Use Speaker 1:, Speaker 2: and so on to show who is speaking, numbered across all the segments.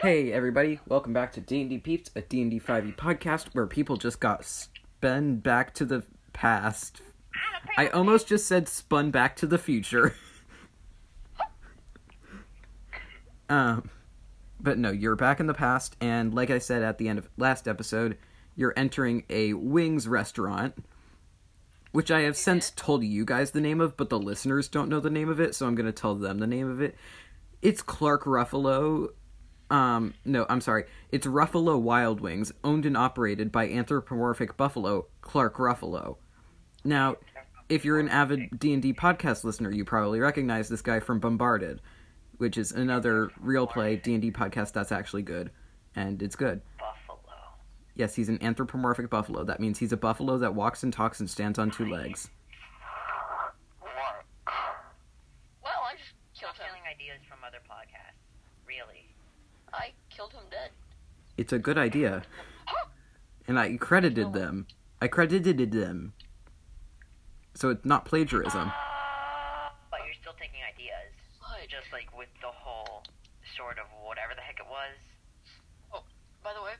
Speaker 1: Hey everybody, welcome back to D&D Peeps, a D&D 5e E podcast where people just got spun back to the past. I almost just said spun back to the future. um but no, you're back in the past and like I said at the end of last episode, you're entering a wings restaurant which I have since told you guys the name of, but the listeners don't know the name of it, so I'm going to tell them the name of it. It's Clark Ruffalo um, no, I'm sorry. It's Ruffalo Wild Wings, owned and operated by anthropomorphic buffalo Clark Ruffalo. Now, if you're an avid D&D podcast listener, you probably recognize this guy from Bombarded, which is another real play D&D podcast that's actually good, and it's good.
Speaker 2: Buffalo.
Speaker 1: Yes, he's an anthropomorphic buffalo. That means he's a buffalo that walks and talks and stands on two legs.
Speaker 2: What?
Speaker 3: Well, I just killed him.
Speaker 2: Stealing ideas from other podcasts. Really?
Speaker 3: I killed him dead.
Speaker 1: It's a good idea. And I credited them. I credited them. So it's not plagiarism.
Speaker 3: Ah.
Speaker 2: But you're still taking ideas.
Speaker 3: Fudge.
Speaker 2: Just like with the whole sort of whatever the heck it was.
Speaker 3: By the way,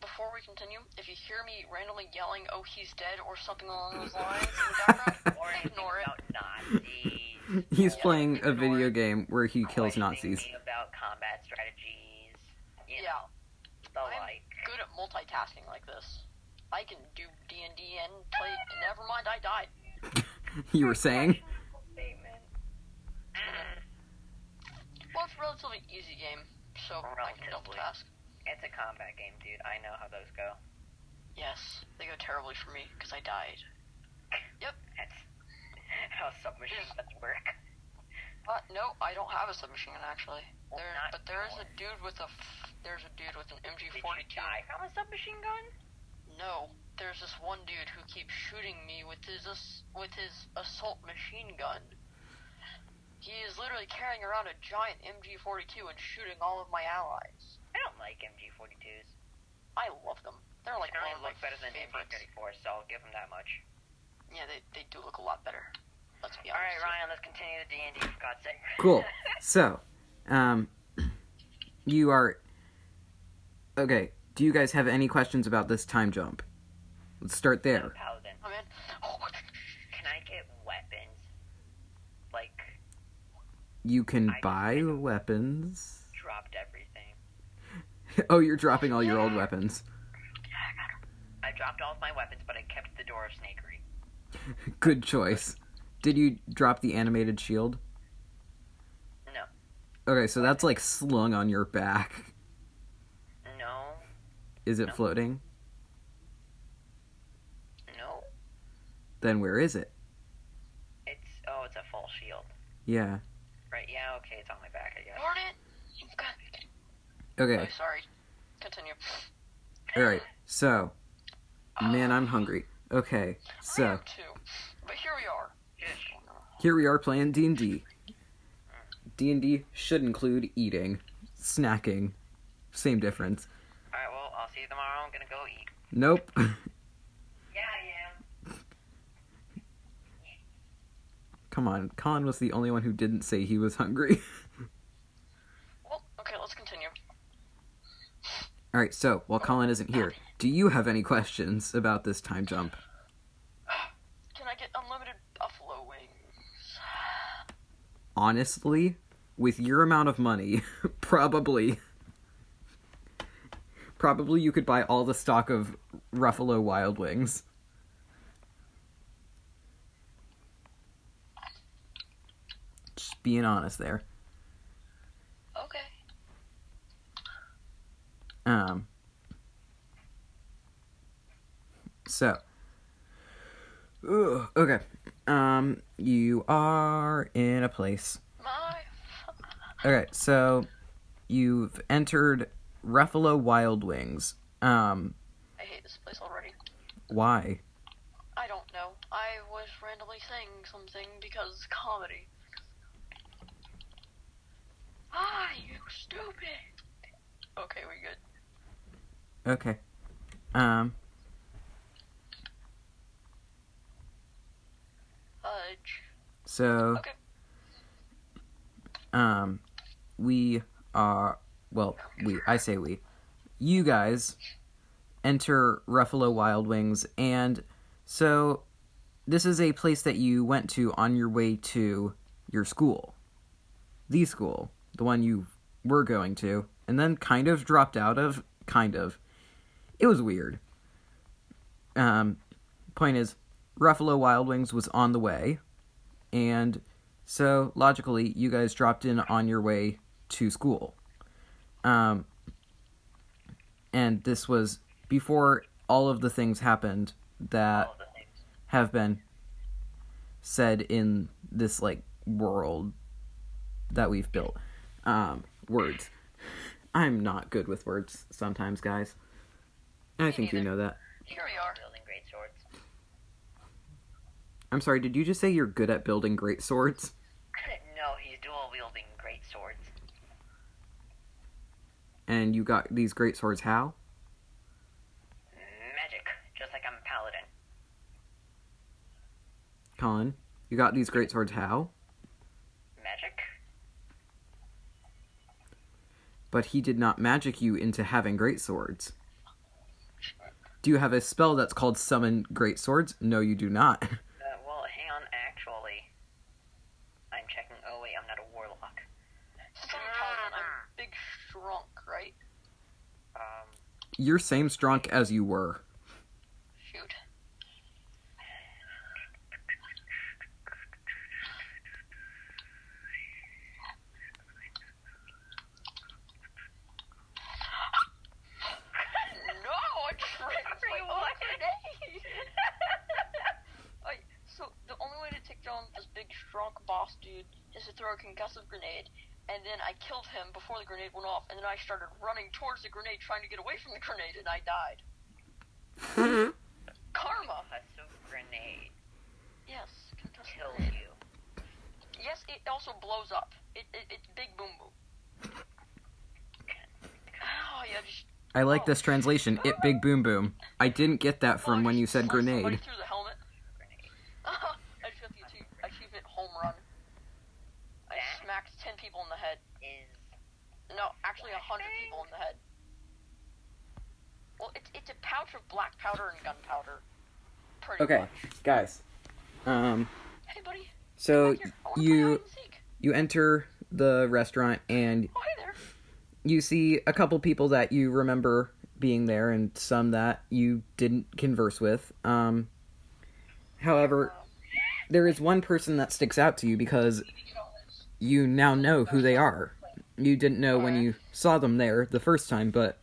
Speaker 3: before we continue, if you hear me randomly yelling, "Oh, he's dead," or something along
Speaker 2: Mm-hmm.
Speaker 3: those lines in the background,
Speaker 2: Or anything
Speaker 3: ignore it.
Speaker 2: about Nazis.
Speaker 1: He's
Speaker 2: or
Speaker 1: playing a
Speaker 2: ignore
Speaker 1: video game where he kills
Speaker 2: anything
Speaker 1: Nazis.
Speaker 2: About combat strategies. You
Speaker 3: Yeah,
Speaker 2: Know, the
Speaker 3: I'm-
Speaker 2: like.
Speaker 3: good at multitasking like this. I can do D and D and play. Never mind, I died.
Speaker 1: You were saying?
Speaker 2: Statement.
Speaker 3: Well, it's a relatively easy game, so I can double
Speaker 2: Relatively.
Speaker 3: task.
Speaker 2: It's a combat game, dude. I know how those go.
Speaker 3: Yes, they go terribly for me because I died.
Speaker 2: That's how submachine guns work.
Speaker 3: Uh, no, I don't have a submachine gun actually.
Speaker 2: Well,
Speaker 3: There,
Speaker 2: not
Speaker 3: but there is a
Speaker 2: anymore.
Speaker 3: dude with a. F- there's a dude with an
Speaker 2: Did
Speaker 3: MG42.
Speaker 2: you die from a submachine gun?
Speaker 3: No, there's this one dude who keeps shooting me with his ass- with his assault machine gun. He is literally carrying around a giant MG42 and shooting all of my allies.
Speaker 2: I don't like MG42s.
Speaker 3: I love them. They're like
Speaker 2: They only
Speaker 3: one of my
Speaker 2: look better than
Speaker 3: favorites.
Speaker 2: MG34, so I'll give them that much.
Speaker 3: Yeah, they, they do look a lot better. Let's be honest.
Speaker 2: All right, Ryan, let's continue the D and D for God's sake.
Speaker 1: Cool. So, um, you are. Okay, do you guys have any questions about this time jump? Let's start there.
Speaker 2: Paladin,
Speaker 3: I'm in. Oh,
Speaker 2: can I get weapons? Like,
Speaker 1: You can buy weapons.
Speaker 2: dropped everything.
Speaker 1: Oh, you're dropping all your old weapons.
Speaker 2: I dropped all of my weapons, but I kept the door of snakery.
Speaker 1: Good choice. Did you drop the animated shield?
Speaker 2: No,
Speaker 1: Okay, so that's like slung on your back.
Speaker 2: no,
Speaker 1: Is it floating?
Speaker 2: no.
Speaker 1: Then where is it?
Speaker 2: It's oh, it's a full shield,
Speaker 1: Yeah.
Speaker 2: right? Yeah, okay, it's on my back, I guess.
Speaker 3: darn it! You've got-
Speaker 1: Okay,
Speaker 3: Oh, sorry. Continue.
Speaker 1: alright, so. Man, I'm hungry. Okay,
Speaker 3: I
Speaker 1: so.
Speaker 3: am too. But here we are.
Speaker 2: Just
Speaker 3: Oh, no.
Speaker 1: here we are playing d&d d&d should include eating snacking same difference
Speaker 2: all right. Well, I'll see you tomorrow. I'm gonna go eat.
Speaker 1: nope
Speaker 2: Yeah, I am.
Speaker 1: come on colin was the only one who didn't say he was hungry
Speaker 3: Well, okay, let's continue.
Speaker 1: all right so while colin isn't here do you have any questions about this time jump
Speaker 3: Can I get unlimited buffalo wings?
Speaker 1: honestly with your amount of money probably probably you could buy all the stock of ruffalo wild wings just being honest there
Speaker 3: Okay.
Speaker 1: Um. So. Ugh, okay. Um, you are in a place.
Speaker 3: My
Speaker 1: Okay, so you've entered Ruffalo Wild Wings. Um,
Speaker 3: I hate this place already.
Speaker 1: why?
Speaker 3: I don't know. I was randomly saying something because comedy. Ah, you stupid. Okay, we good.
Speaker 1: Okay. Um,
Speaker 3: Fudge.
Speaker 1: so.
Speaker 3: Okay.
Speaker 1: Um, we are. well, we I say we, you guys enter Ruffalo Wild Wings, and so this is a place that you went to on your way to your school, the school, the one you were going to, and then kind of dropped out of. Kind of, it was weird. Um, point is, Ruffalo Wild Wings was on the way, and so logically, you guys dropped in on your way to school. Um, and this was before all of the things happened that
Speaker 2: All of the things.
Speaker 1: have been said in this like world that we've built. Um, words. I'm not good with words sometimes, guys. I think you
Speaker 3: neither.
Speaker 1: know that.
Speaker 3: Here we are.
Speaker 2: Building great swords.
Speaker 1: I'm sorry, did you just say you're good at building great swords?
Speaker 2: no, he's dual wielding great swords.
Speaker 1: And you got these great swords how?
Speaker 2: Magic, just like I'm a paladin.
Speaker 1: Colin, you got these great swords how?
Speaker 2: Magic?
Speaker 1: But he did not magic you into having great swords. Do you have a spell that's called summon great swords? No, you do not.
Speaker 2: Uh, well, hang on, actually. I'm checking. Oh, wait, I'm not a warlock.
Speaker 3: Since I'm a paladin, I'm big shrunk, right?
Speaker 2: Um,
Speaker 1: You're same strong as you were.
Speaker 3: Shoot. no, I just ran for
Speaker 2: Wait,
Speaker 3: you
Speaker 2: what?
Speaker 3: Like, so the only way to take down this big shrunk boss dude is to throw a concussive grenade, and then I killed him before the grenade went off, and then I started running towards the grenade trying to get away from the grenade, and I died. Karma.
Speaker 2: a super grenade
Speaker 3: Yes, concussive
Speaker 2: kills
Speaker 3: grenade.
Speaker 2: you.
Speaker 3: Yes, it also blows up. It, it it's big boom boom. Oh yeah, just
Speaker 1: I like this translation. It big boom boom. I didn't get that from when you said
Speaker 3: Punch somebody
Speaker 1: grenade.
Speaker 3: Through the helmet.
Speaker 2: Grenade.
Speaker 3: I just got the achie- achievement home run. I
Speaker 2: That-
Speaker 3: smacked ten people in the head.
Speaker 2: Is.
Speaker 3: No, actually a hundred people in the head. Well, it's it's a pouch of black powder and gunpowder. Pretty
Speaker 1: Okay,
Speaker 3: Much.
Speaker 1: guys. Um
Speaker 3: Hey buddy.
Speaker 1: so
Speaker 3: come here. I wanna play hide
Speaker 1: you
Speaker 3: and seek.
Speaker 1: you enter the restaurant and
Speaker 3: Oh hey there.
Speaker 1: you see a couple people that you remember being there and some that you didn't converse with. Um however, there is one person that sticks out to you because you now know who they are. You didn't know when you saw them there the first time, but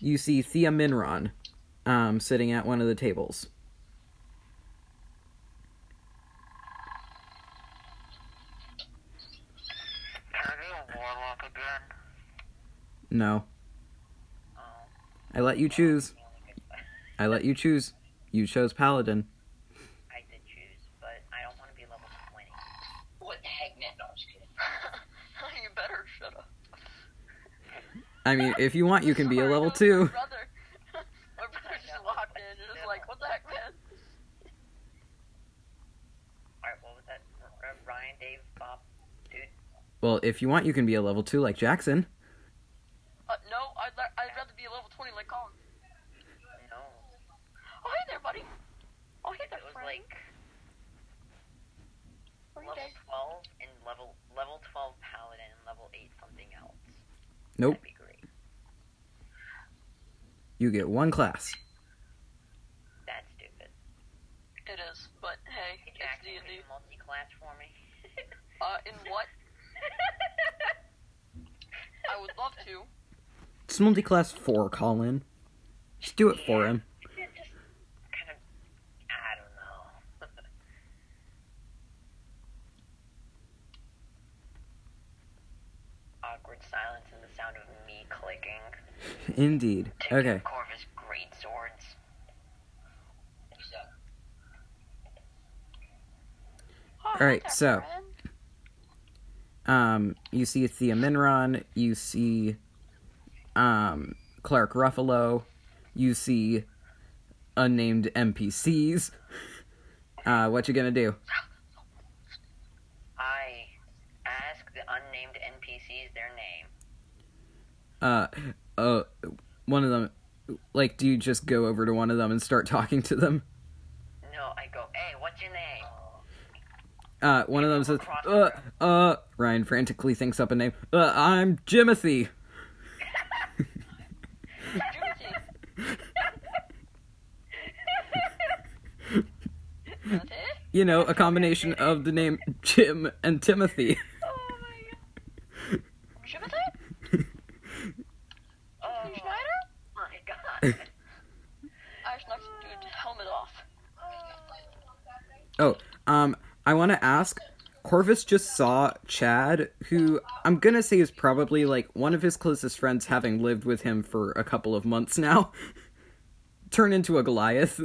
Speaker 1: you see Thea Minron um, sitting at one of the tables.
Speaker 2: Are you a warlock again?
Speaker 1: No,
Speaker 2: Oh,
Speaker 1: I let you choose.
Speaker 2: the only good
Speaker 1: I let you choose. You chose Paladin.
Speaker 2: I did choose, but I don't want to be level 20.
Speaker 3: What the heck, man? No, I'm just kidding. you better shut up.
Speaker 1: I mean, if you want, you can be a level two.
Speaker 3: My brother, my brother just walked in and was like, "What the heck, man?"
Speaker 2: Alright, what was that? R- R- Ryan, Dave, Bob, dude?
Speaker 1: Well, if you want, you can be a level two like Jackson.
Speaker 3: Uh, no, I'd, la- I'd rather be a level 20 like Colin.
Speaker 2: No.
Speaker 3: Oh, hey there, buddy. Oh, hey there,
Speaker 2: It was
Speaker 3: friend.
Speaker 2: like
Speaker 3: How are you
Speaker 2: level 12
Speaker 3: doing?
Speaker 2: and level level 12 paladin and level 8 something else.
Speaker 1: Nope,
Speaker 2: That'd be great.
Speaker 1: you get one class.
Speaker 2: That's stupid.
Speaker 3: It is, but hey,
Speaker 2: Hey,
Speaker 3: it's
Speaker 2: Jackson,
Speaker 3: D&D.
Speaker 2: could you multi-class for me?
Speaker 3: Uh, in what? I would love to.
Speaker 1: It's multi class four, Colin. Just do it for him.
Speaker 2: Yeah, just kind of, I don't know. Awkward silence and the sound of me clicking.
Speaker 1: Indeed.
Speaker 2: Taking
Speaker 1: Okay.
Speaker 2: Corvus great swords.
Speaker 3: Oh, hey
Speaker 1: Alright,
Speaker 3: there,
Speaker 1: so-
Speaker 3: friend.
Speaker 1: Um, you see Thea Minron, you see um, Clark Ruffalo, you see unnamed NPCs. Uh, what you gonna do?
Speaker 2: I ask the unnamed NPCs their name.
Speaker 1: uh, uh, one of them, like, do you just go over to one of them and start talking to them?
Speaker 2: No, I go, hey, what's your name?
Speaker 3: Oh.
Speaker 1: Uh, one of them says, uh, uh, Ryan frantically thinks up a name. Uh, I'm Jimothy.
Speaker 3: Jimothy. Jimothy?
Speaker 1: You know, a combination of the name Jim and Timothy.
Speaker 3: Oh my god. Jimothy?
Speaker 2: Oh,
Speaker 3: Um, Schneider?
Speaker 2: my God.
Speaker 3: I just knocked some dude's helmet off.
Speaker 1: Oh, um, I want to ask. Corvus just saw Chad, who I'm gonna say is probably like one of his closest friends, having lived with him for a couple of months now, turn into a Goliath.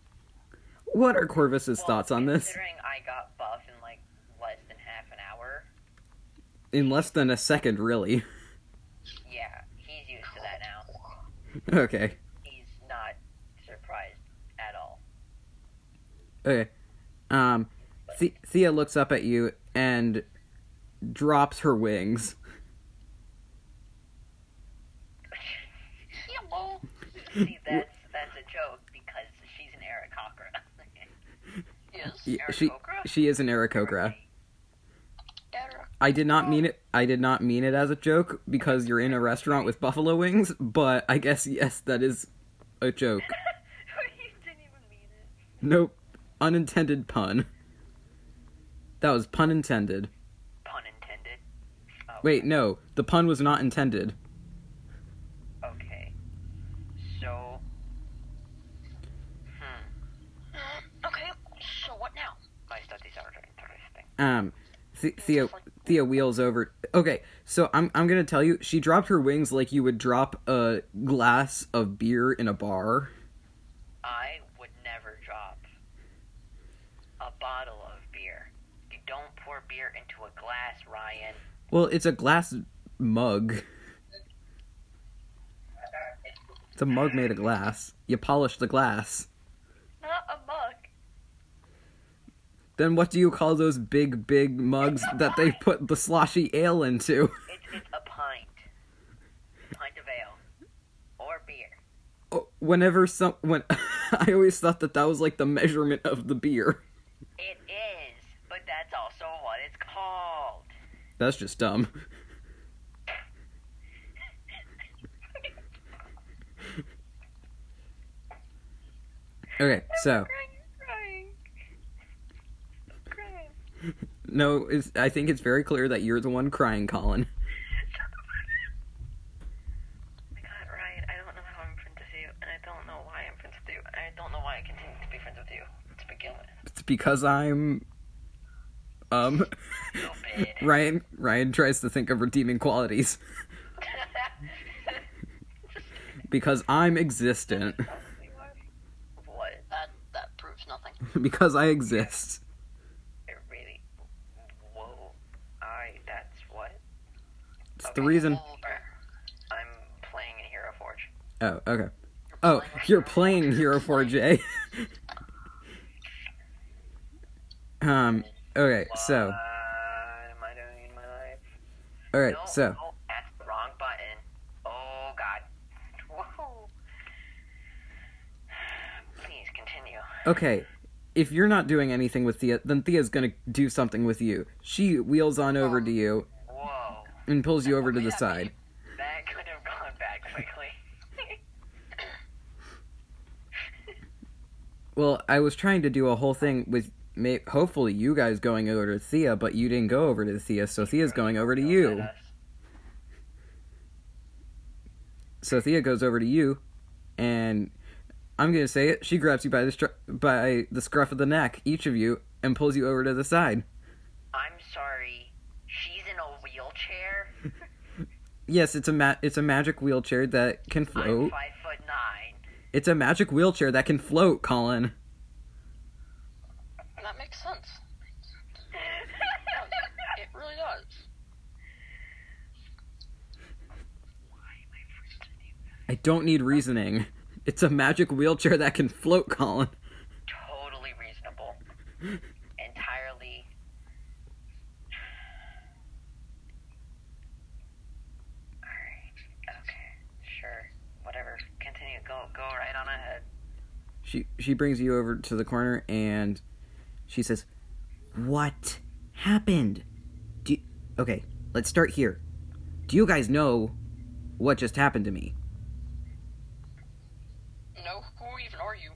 Speaker 1: what are Corvus's
Speaker 2: Well,
Speaker 1: thoughts on this?
Speaker 2: Considering I got buff in like less than half an hour,
Speaker 1: In less than a second, really.
Speaker 2: yeah, he's used to that now.
Speaker 1: okay,
Speaker 2: He's not surprised at all.
Speaker 1: okay. Um, the- Thea looks up at you and drops her wings.
Speaker 3: Hello.
Speaker 2: See, that's that's a joke because she's an Aarakocra.
Speaker 3: Yes.
Speaker 1: Y- She
Speaker 2: Aarakocra?
Speaker 1: she is an Aarakocra.
Speaker 3: Eric.
Speaker 1: I did not mean it. I did not mean it as a joke because you're in a restaurant with buffalo wings. But I guess yes, that is a joke.
Speaker 3: you didn't even mean it.
Speaker 1: Nope, unintended pun. That was pun intended.
Speaker 2: Pun intended. Oh,
Speaker 1: Wait, no, the pun was not intended.
Speaker 2: Okay. So. Hmm.
Speaker 3: Okay, so what now?
Speaker 2: My studies are interesting.
Speaker 1: Um, Th- Thea Thea wheels over. Okay, so I'm I'm gonna tell you, she dropped her wings like you would drop a glass of beer in a bar.
Speaker 2: I would never drop a bottle of beer. You don't pour beer into a glass, Ryan.
Speaker 1: Well, it's a glass mug. It's a mug made of glass. You polish the glass.
Speaker 3: Not a mug.
Speaker 1: Then what do you call those big, big mugs that they put the sloshy ale into?
Speaker 2: It's, it's a pint. Pint of ale. Or beer.
Speaker 1: Oh, Whenever some, when I always thought that that was like the measurement of the beer.
Speaker 2: It is, but that's also what it's called.
Speaker 1: That's just dumb. Okay, so
Speaker 3: Crying, crying. Crying.
Speaker 1: no, it's, I think it's very clear that you're the one crying, Colin.
Speaker 2: Oh my god, Ryan, I don't know how I'm friends with you, and I don't know why I'm friends with you, and I don't know why I continue to be friends with you to begin with.
Speaker 1: It's because I'm um
Speaker 2: Stupid.
Speaker 1: Ryan Ryan tries to think of redeeming qualities because I'm existent
Speaker 2: what?
Speaker 3: That that proves nothing.
Speaker 1: because I exist.
Speaker 2: It really. Whoa. I. That's what?
Speaker 1: It's the reason
Speaker 2: I'm playing in Hero Forge.
Speaker 1: Oh, okay. Oh, you're playing Hero 4J. um okay, so
Speaker 2: What am I doing in my life?
Speaker 1: all right,
Speaker 2: no,
Speaker 1: so
Speaker 2: No, that's the wrong button. Oh, God. Whoa. Please continue.
Speaker 1: okay, if you're not doing anything with Thea, then Thea's going to do something with you. She wheels on over to you
Speaker 2: Whoa.
Speaker 1: and pulls you over to the side.
Speaker 2: That could have gone bad quickly.
Speaker 1: Well, I was trying to do a whole thing with may- hopefully you guys going over to Thea, but you didn't go over to Thea, so Thea's going over to
Speaker 2: Don't
Speaker 1: you.
Speaker 2: let us-
Speaker 1: So Thea goes over to you, and I'm gonna say it. She grabs you by the stru- by the scruff of the neck, each of you, and pulls you over to the side.
Speaker 2: I'm sorry. She's in a wheelchair.
Speaker 1: Yes, it's a ma- it's a magic wheelchair that can
Speaker 2: I'm
Speaker 1: float.
Speaker 2: five foot nine.
Speaker 1: It's a magic wheelchair that can float, Colin.
Speaker 3: That makes sense. It really does.
Speaker 1: I don't need reasoning. It's a magic wheelchair that can float, Colin.
Speaker 2: totally reasonable. Entirely. Alright.
Speaker 1: She she brings you over to the corner and she says, "What happened? Do okay, let's start here. Do you guys know what just happened to me?"
Speaker 3: No, who even are you?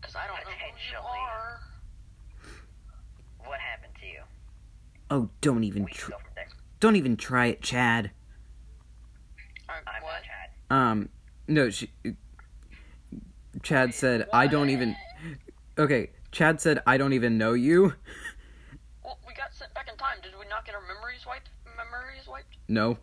Speaker 3: Because I don't know who you
Speaker 2: Potentially.
Speaker 3: are.
Speaker 2: What happened to you?
Speaker 1: Oh, don't even
Speaker 2: We
Speaker 1: tr-
Speaker 2: can go from there.
Speaker 1: don't even try it, Chad.
Speaker 3: I,
Speaker 2: I'm
Speaker 3: what?
Speaker 2: not Chad.
Speaker 1: Um, no, she. Chad said, "I don't even." Okay, Chad said, "I don't even know you."
Speaker 3: Well, we got sent back in time. Did we not get our memories wiped? Memories wiped?
Speaker 1: No.
Speaker 3: Oh.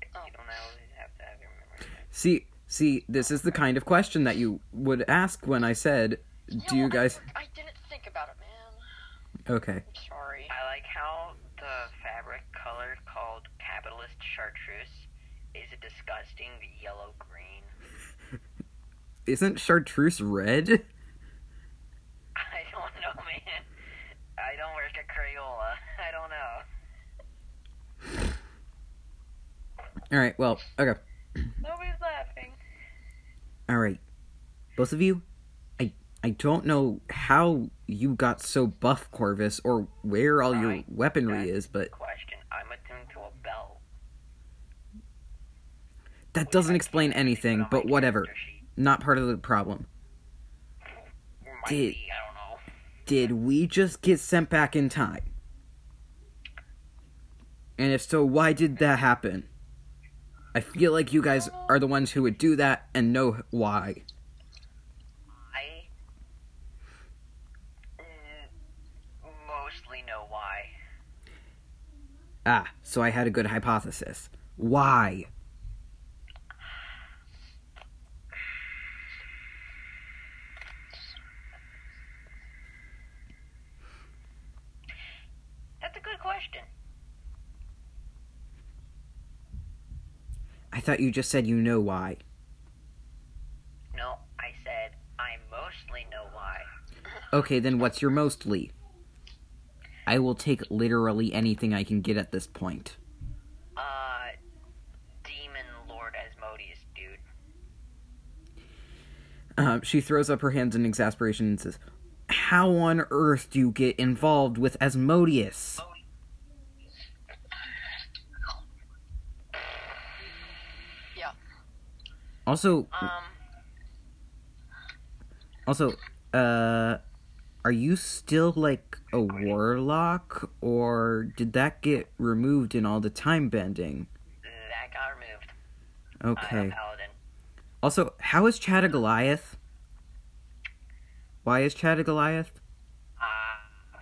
Speaker 2: You don't always have to have your memory.
Speaker 1: See, see, this is the kind of question that you would ask when I said, "Do
Speaker 3: No,
Speaker 1: you
Speaker 3: I
Speaker 1: guys?"
Speaker 3: for- I, didn't think about it, man.
Speaker 1: Okay.
Speaker 3: I'm sorry.
Speaker 2: I like how the fabric color called capitalist chartreuse is a disgusting yellow green.
Speaker 1: Isn't chartreuse red?
Speaker 2: I don't know, man. I don't work at Crayola. I don't know.
Speaker 1: All right. Well, okay.
Speaker 2: Nobody's laughing.
Speaker 1: All right. Both of you, I I don't know how you got so buff, Corvus, or where all your
Speaker 2: I-
Speaker 1: weaponry
Speaker 2: that-
Speaker 1: is, but
Speaker 2: Question. I'm attuned to a bell.
Speaker 1: that
Speaker 2: which
Speaker 1: doesn't
Speaker 2: I
Speaker 1: explain
Speaker 2: can't really put
Speaker 1: anything.
Speaker 2: on my
Speaker 1: But whatever.
Speaker 2: character sheet.
Speaker 1: Not part of the problem.
Speaker 2: Or Might
Speaker 1: Dude.
Speaker 2: be, I don't know.
Speaker 1: Did we just get sent back in time? And if so, why did that happen? I feel like you guys are the ones who would do that and know why.
Speaker 2: I mm, mostly know why.
Speaker 1: Ah, so I had a good hypothesis. Why?
Speaker 2: That's a good question.
Speaker 1: I thought you just said you know why.
Speaker 2: No, I said I mostly know why.
Speaker 1: Okay, then what's your mostly? I will take literally anything I can get at this point.
Speaker 2: Uh, Demon Lord Asmodeus, dude.
Speaker 1: Um, she throws up her hands in exasperation and says, How on earth do you get involved with Asmodeus?
Speaker 3: Yeah.
Speaker 1: Also,
Speaker 2: Um,
Speaker 1: also, uh, are you still like a warlock, or did that get removed in all the time bending?
Speaker 2: that got removed. I'm a
Speaker 1: Okay.
Speaker 2: paladin.
Speaker 1: Also, how is Chad a Goliath? Why is Chad a Goliath?
Speaker 2: Uh,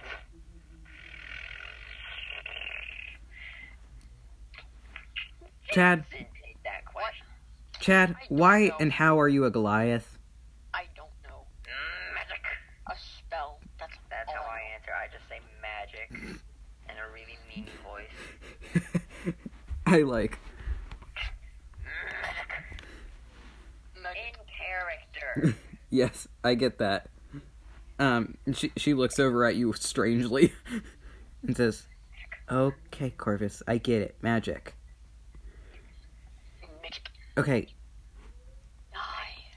Speaker 1: Chad,
Speaker 2: didn't take that question.
Speaker 1: Chad, why and how are you a Goliath?
Speaker 3: I don't know.
Speaker 2: Magic.
Speaker 3: A spell. That's,
Speaker 2: That's
Speaker 3: all
Speaker 2: how
Speaker 3: I
Speaker 2: I answer. I just say magic in a really mean voice.
Speaker 1: I like.
Speaker 2: Magic.
Speaker 3: know. Magic.
Speaker 2: In character.
Speaker 1: Yes, I get that. Um, and she she looks over at you strangely and says, "Okay, Corvus, I get it. Magic.
Speaker 3: Magic.
Speaker 1: Okay,
Speaker 3: Aye.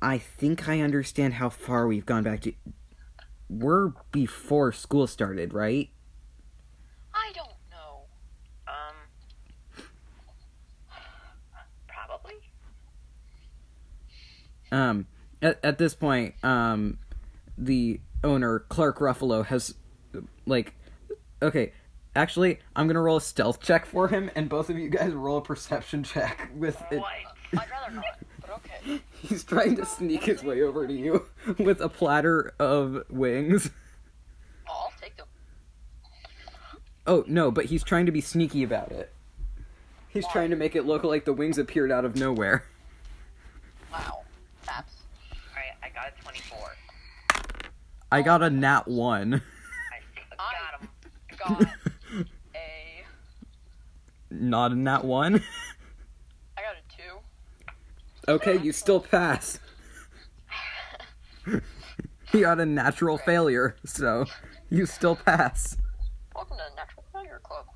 Speaker 1: I think I understand how far we've gone back to. We're before school started, right?
Speaker 3: I don't know.
Speaker 2: um, probably.
Speaker 1: Um, at, at this point, um, the owner Clark Ruffalo has, like, okay. Actually, I'm gonna roll a stealth check for him, and both of you guys roll a perception check with it.
Speaker 2: What?
Speaker 3: I'd rather not, but okay.
Speaker 1: He's trying to sneak his way over to you with a platter of wings.
Speaker 3: I'll take them.
Speaker 1: Oh, no, but he's trying to be sneaky about it. He's trying to make it look like the wings appeared out of nowhere.
Speaker 3: Wow. That's.
Speaker 2: Alright, I got a 24.
Speaker 1: I got a nat one.
Speaker 2: I
Speaker 3: I
Speaker 2: got him.
Speaker 3: got a.
Speaker 1: Not a nat one?
Speaker 3: I got a two.
Speaker 1: Okay, you still pass. he got a natural failure, so you still pass.
Speaker 3: Welcome to the Natural Failure Club.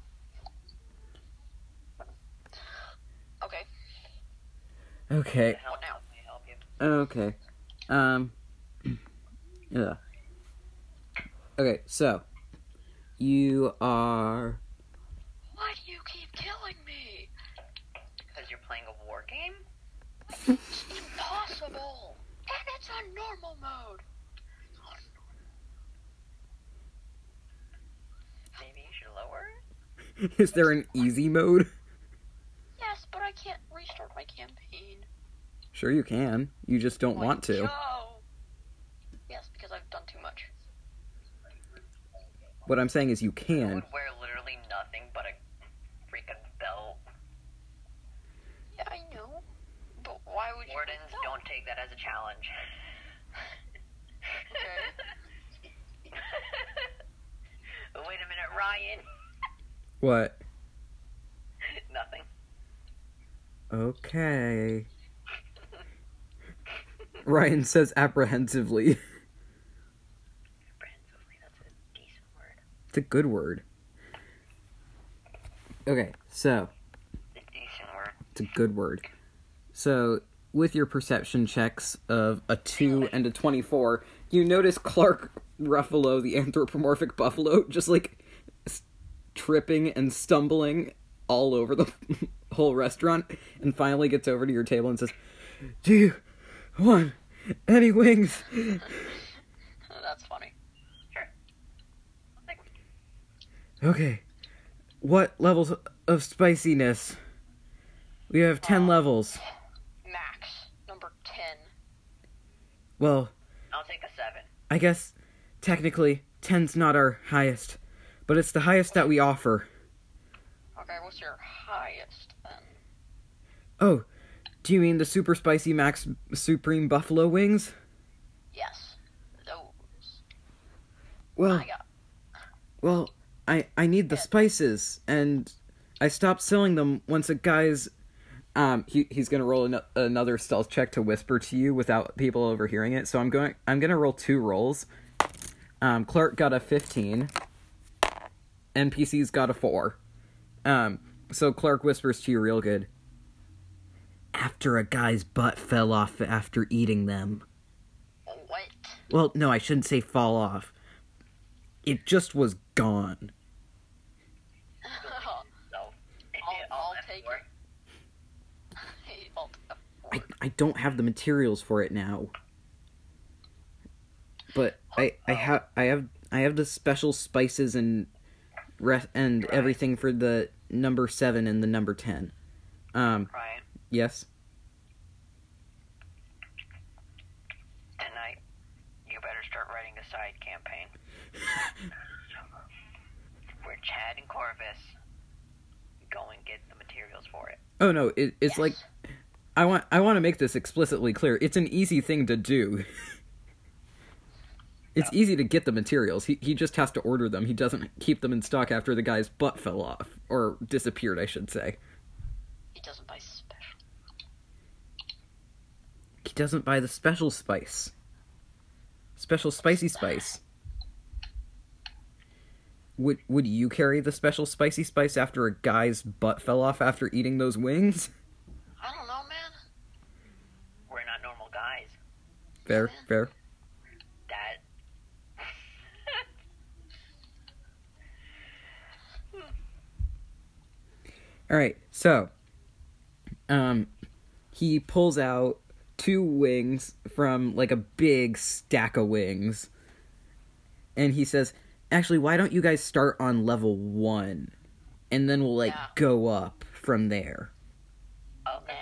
Speaker 3: Okay.
Speaker 1: Okay,
Speaker 2: Help,
Speaker 3: What now?
Speaker 2: Let me help you.
Speaker 1: okay. Um. Yeah. Okay, so you are
Speaker 3: Why do you keep killing me?
Speaker 2: Because you're playing a war game?
Speaker 3: It's impossible. And it's on normal mode.
Speaker 2: Maybe you should lower it?
Speaker 1: is there an easy mode?
Speaker 3: Yes, but I can't restart my campaign.
Speaker 1: Sure you can. You just don't
Speaker 3: Like,
Speaker 1: want to.
Speaker 3: No. Yes, because I've done too much.
Speaker 1: What I'm saying is you
Speaker 2: I
Speaker 1: can.
Speaker 2: would wear literally nothing but a freaking belt.
Speaker 3: Yeah, I know. But why would you?
Speaker 2: Wardens,
Speaker 3: No.
Speaker 2: don't take that as a challenge. Wait a minute, Ryan.
Speaker 1: What?
Speaker 2: Nothing.
Speaker 1: Okay. Ryan says apprehensively.
Speaker 2: Apprehensively, that's a decent word.
Speaker 1: It's a good word. Okay, so
Speaker 2: It's a decent word.
Speaker 1: it's a good word. So with your perception checks of a two and a twenty-four, you notice Clark Ruffalo, the anthropomorphic buffalo, just like s- tripping and stumbling all over the whole restaurant, and finally gets over to your table and says, "Do you want any wings?"
Speaker 3: That's funny.
Speaker 2: Like,
Speaker 1: Okay. What levels of spiciness? We have 10 levels.
Speaker 3: Max, number ten.
Speaker 1: Well,
Speaker 2: I'll take a seven.
Speaker 1: I guess technically 10's not our highest, but it's the highest that we offer.
Speaker 3: Okay, what's your highest then?
Speaker 1: Oh, do you mean the super spicy max supreme buffalo wings?
Speaker 3: Yes, those.
Speaker 1: Well,
Speaker 3: I got.
Speaker 1: well, I I need the spices and I stopped selling them once a guy's um he he's going to roll an, another stealth check to whisper to you without people overhearing it. So I'm going I'm going to roll two rolls. Um Clark got a 15. NPC's got a 4. Um so Clark whispers to you real good. After a guy's butt fell off after eating them.
Speaker 3: What?
Speaker 1: Well, no, I shouldn't say fall off. It just was gone.
Speaker 2: So,
Speaker 3: I'll- I'll
Speaker 2: left
Speaker 3: take
Speaker 2: for
Speaker 3: it. Hey, I'll take a four.
Speaker 1: I, I don't have the materials for it now. But I I have I have I have the special spices and re- and everything for the number 7 and the number 10. Um
Speaker 2: Ryan,
Speaker 1: yes.
Speaker 2: tonight, you better start writing a side campaign. Where Chad and Corvus go and get the materials for it.
Speaker 1: Oh no, it, it's
Speaker 3: Yes.
Speaker 1: like I want I want to make this explicitly clear. It's an easy thing to do. it's easy to get the materials. He he just has to order them. He doesn't keep them in stock after the guy's butt fell off or disappeared, I should say.
Speaker 3: He doesn't buy special.
Speaker 1: He doesn't buy the special spice. Special spicy spice. Would would you carry the special spicy spice after a guy's butt fell off after eating those wings?
Speaker 3: I don't know, man.
Speaker 2: We're not normal guys.
Speaker 1: Fair, fair.
Speaker 2: That.
Speaker 1: All right, so um he pulls out two wings from like a big stack of wings. And he says, "Actually, why don't you guys start on level 1 and then we'll like
Speaker 3: Yeah.
Speaker 1: go up from there."
Speaker 2: Okay.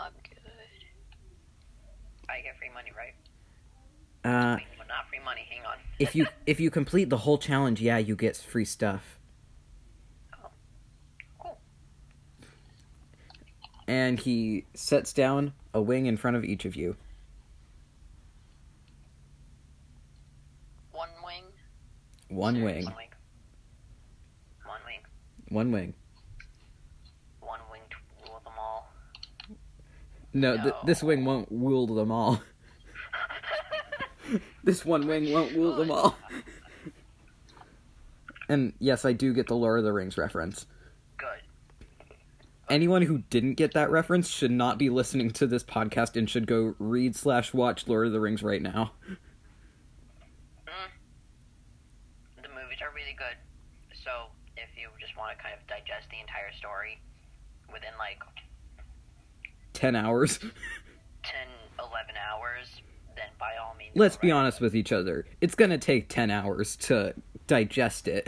Speaker 3: I'm good.
Speaker 2: I get free money, right?
Speaker 1: Uh
Speaker 2: Wait, well, not free money. Hang on.
Speaker 1: if you if you complete the whole challenge, yeah, you get free stuff.
Speaker 2: Oh. Cool.
Speaker 1: And he sets down a wing in front of each of you.
Speaker 3: One wing.
Speaker 1: One wing,
Speaker 2: One wing. One wing.
Speaker 1: one wing.
Speaker 2: One wing to rule them all.
Speaker 1: No, th- this wing won't rule them all. this one wing won't rule them all. And yes, I do get the Lord of the Rings reference.
Speaker 2: Good.
Speaker 1: anyone who didn't get that reference should not be listening to this podcast and should go read slash watch Lord of the Rings right now.
Speaker 2: The movies are really good. So if you just want to kind of digest the entire story within like
Speaker 1: Ten hours.
Speaker 2: 10, 11 hours, then by all means.
Speaker 1: Let's
Speaker 2: go
Speaker 1: be
Speaker 2: right.
Speaker 1: honest with each other. It's gonna take ten hours to digest it.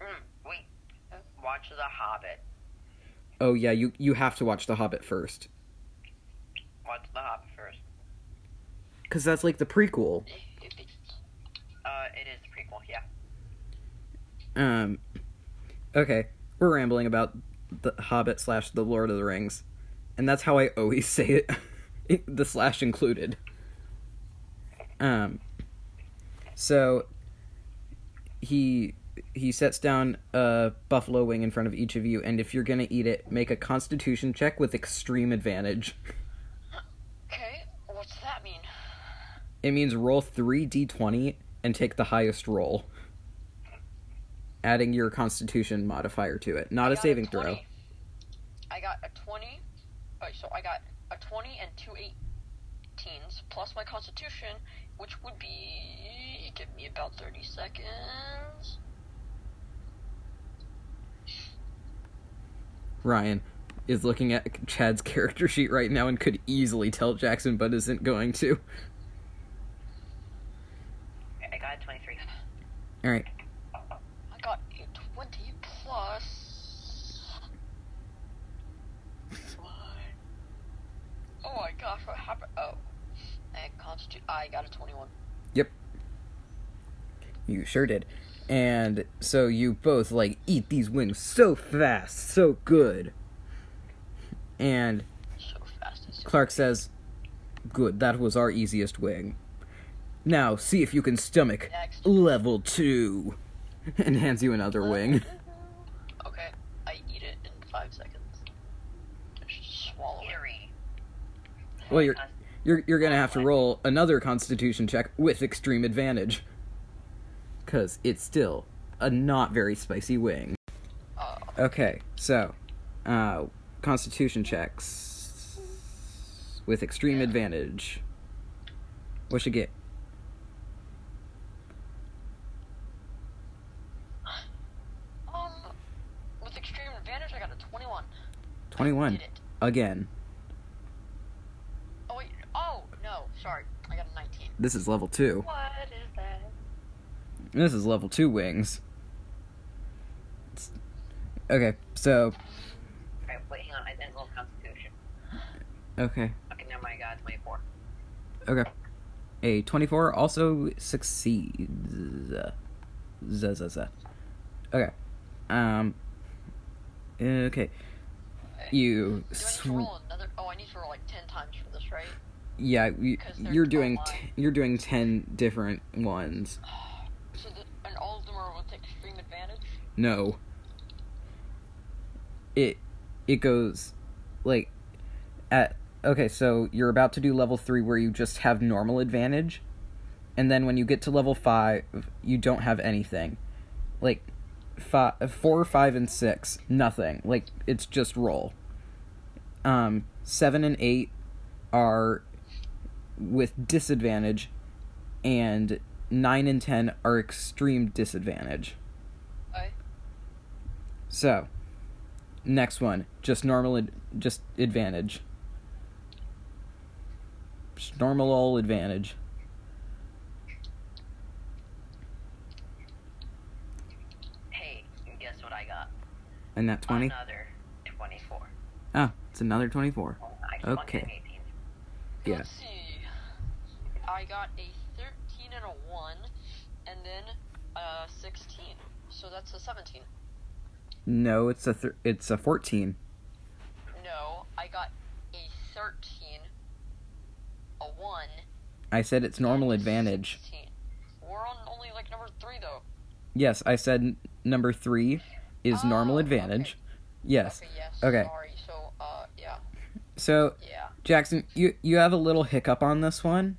Speaker 2: Mm, wait. Watch The Hobbit.
Speaker 1: Oh yeah, you you have to watch The Hobbit first,
Speaker 2: Watch The Hobbit first.
Speaker 1: because that's like the prequel.
Speaker 2: Uh, it is the prequel, yeah.
Speaker 1: Um, okay, we're rambling about the Hobbit slash the Lord of the Rings, and that's how I always say it, the slash included. Um, so he he sets down a buffalo wing in front of each of you, and if you're gonna eat it, make a Constitution check with extreme advantage.
Speaker 3: Okay, what's that mean?
Speaker 1: It means roll three d20 and take the highest roll, adding your Constitution modifier to it, not
Speaker 3: I
Speaker 1: a
Speaker 3: got
Speaker 1: saving throw.
Speaker 3: 20. I got a 20. Oh, so I got a 20 and two 18s, plus my constitution, which would be. Give me about 30 seconds.
Speaker 1: Ryan is looking at Chad's character sheet right now and could easily tell Jackson, but isn't going to.
Speaker 2: I got 23.
Speaker 1: All right,
Speaker 3: I got a 20 plus. What? Oh my gosh, what happened? Oh. And constitute. I got a 21.
Speaker 1: you sure did. And so you both like eat these wings so fast, so good. And
Speaker 3: So fast. It's
Speaker 1: Clark says, "Good, that was our easiest wing. Now see if you can stomach
Speaker 3: Next.
Speaker 1: level two, and hands you another wing.
Speaker 3: Okay, I eat it in five seconds. I should swallow it.
Speaker 2: Eerie.
Speaker 1: Well, you're
Speaker 2: Uh,
Speaker 1: you're you're gonna have to roll another Constitution check with extreme advantage, because it's still a not very spicy wing.
Speaker 3: Uh,
Speaker 1: Okay, so uh, Constitution checks with extreme advantage. What you get?
Speaker 3: um, with extreme advantage, I got a 21.
Speaker 1: Twenty one
Speaker 3: Did it.
Speaker 1: again.
Speaker 3: Oh, wait. Oh, no. Sorry. I got a 19.
Speaker 1: This is level two.
Speaker 3: What is that?
Speaker 1: This is level two wings. It's- Okay, so
Speaker 2: Alright, wait, hang on. I didn't roll Constitution.
Speaker 1: okay,
Speaker 2: Okay, never mind. I got 24.
Speaker 1: okay. A twenty four also succeeds. Z- z- z. Okay, um, okay. You
Speaker 3: Do I need
Speaker 1: sw-
Speaker 3: to roll another? Oh, I need to roll like 10 times for this, right?
Speaker 1: yeah, you,
Speaker 3: 'Cause they're
Speaker 1: you're doing
Speaker 3: twelve.
Speaker 1: t- you're doing ten different ones.
Speaker 3: So, the, and all of them are with extreme advantage?
Speaker 1: No. It it goes like at okay, so you're about to do level 3 where you just have normal advantage and then when you get to level 5, you don't have anything. Like fi 4, 5 and 6, nothing. Like it's just roll. Um 7 and 8 are with disadvantage and 9 and 10 are extreme disadvantage.
Speaker 3: I.
Speaker 1: So, next one, just normal, ad- just advantage. Just normal all advantage.
Speaker 2: Hey, guess what I got?
Speaker 1: And that 20?
Speaker 3: Oh,
Speaker 2: Another 24.
Speaker 1: Oh, it's another 24.
Speaker 2: Oh, I keep on
Speaker 1: Okay.
Speaker 2: getting 18.
Speaker 1: Yeah.
Speaker 3: Let's see. I got a 13 and a 1, and then a 16. So that's a 17.
Speaker 1: No, it's a th- it's a 14.
Speaker 3: No, I got a 13, a 1.
Speaker 1: I said it's normal
Speaker 3: and a
Speaker 1: advantage.
Speaker 3: 16. We're on only like number 3 though.
Speaker 1: Yes, I said n- number 3 is normal
Speaker 3: Oh,
Speaker 1: advantage. Yes.
Speaker 3: Okay, yes.
Speaker 1: Okay.
Speaker 3: Sorry. So, uh, yeah.
Speaker 1: So,
Speaker 3: Yeah.
Speaker 1: Jackson, you you have a little hiccup on this one.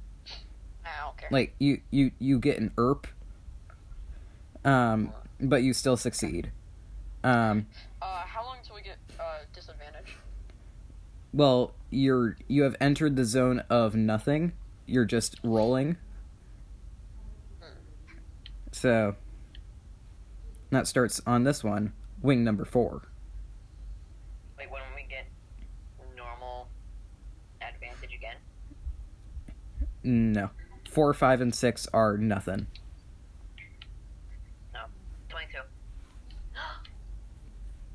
Speaker 3: I don't care.
Speaker 1: Like you you you get an erp. Um but you still succeed. Um
Speaker 3: uh, how long till we get, uh, disadvantage?
Speaker 1: Well, you're you have entered the zone of nothing. You're just rolling. So that starts on this one, wing number four.
Speaker 2: Wait, when we get normal advantage again?
Speaker 1: No. Four, five, and six are nothing.
Speaker 2: No. 22.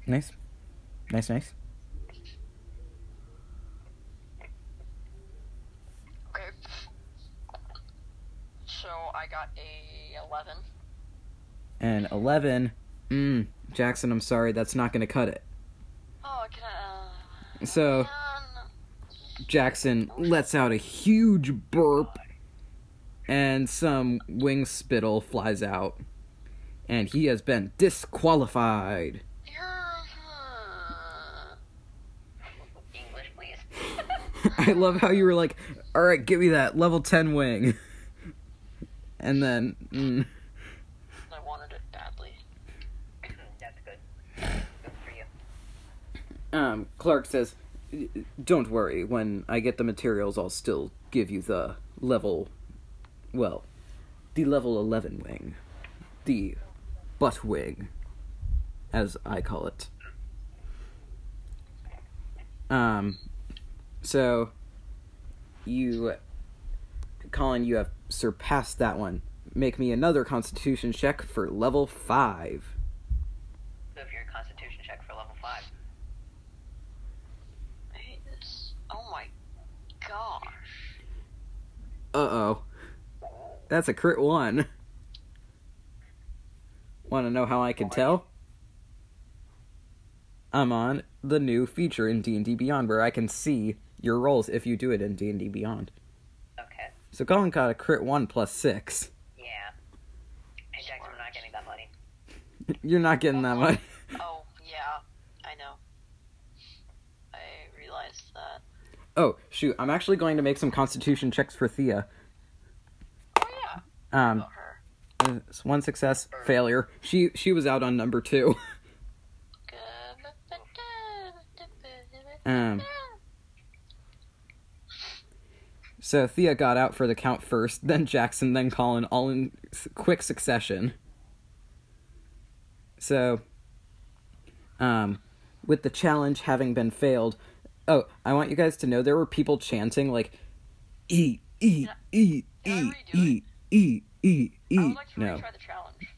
Speaker 1: Nice. Nice, nice.
Speaker 3: Okay. So I got a 11.
Speaker 1: And eleven. Mm, Jackson, I'm sorry, that's not gonna cut it.
Speaker 3: Oh, can I? Uh,
Speaker 1: So-
Speaker 3: man.
Speaker 1: Jackson lets out a huge burp, and some wing spittle flies out, and he has been disqualified.
Speaker 3: Yeah.
Speaker 2: English, please.
Speaker 1: I love how you were like, "All right, give me that level ten wing," and then mm,
Speaker 3: I wanted it badly.
Speaker 2: That's good. Good for you.
Speaker 1: um, Clark says, "Don't worry. When I get the materials, I'll still give you the level, well, the level eleven wing, the butt wing, as I call it." Um, so you, Colin, you have surpassed that one. Make me another Constitution check for level five.
Speaker 2: So if your constitution check for level 5.
Speaker 3: I hate this. Oh my gosh.
Speaker 1: Uh oh. That's a crit one. Want to know how I can tell? I'm on the new feature in D&D Beyond where I can see your rolls if you do it in D&D Beyond.
Speaker 2: Okay.
Speaker 1: So Colin got a crit 1 plus 6.
Speaker 2: Yeah. Hey, Jackson, we're not getting that money.
Speaker 1: You're not getting that much.
Speaker 3: Oh, yeah. I know. I realized that.
Speaker 1: Oh, shoot. I'm actually going to make some constitution checks for Thea.
Speaker 3: Oh, yeah.
Speaker 1: Um
Speaker 3: About her.
Speaker 1: it's one success, failure. She she was out on number 2. Um, So Thea got out for the count first, then Jackson, then Colin, all in s- quick succession. So, um, with the challenge having been failed, oh, I want you guys to know there were people chanting like, "E E E
Speaker 3: Can
Speaker 1: E
Speaker 3: I redo
Speaker 1: E E E
Speaker 3: I would
Speaker 1: E."
Speaker 3: like to
Speaker 1: No,
Speaker 3: retry the challenge.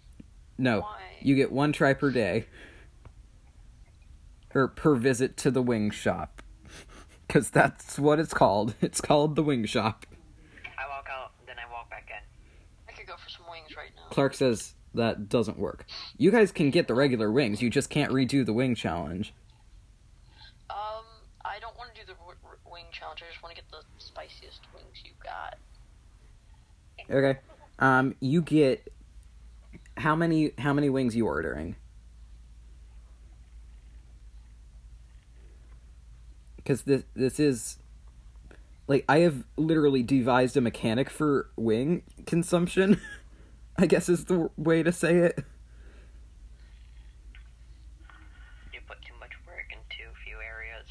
Speaker 1: no,
Speaker 3: Why?
Speaker 1: you get one try per day, or per visit to the wing shop, because that's what it's called. It's called the wing shop.
Speaker 2: I walk out, then I walk back in.
Speaker 3: I could go for some wings right now.
Speaker 1: Clark says that doesn't work. You guys can get the regular wings, you just can't redo the wing challenge.
Speaker 3: Um, I don't want to do the w- w- wing challenge. I just want to get the spiciest wings you got.
Speaker 1: Okay. Um you get how many how many wings you ordering? Cuz this this is like I have literally devised a mechanic for wing consumption. I guess is the way to say it.
Speaker 2: You put too much work into a few areas.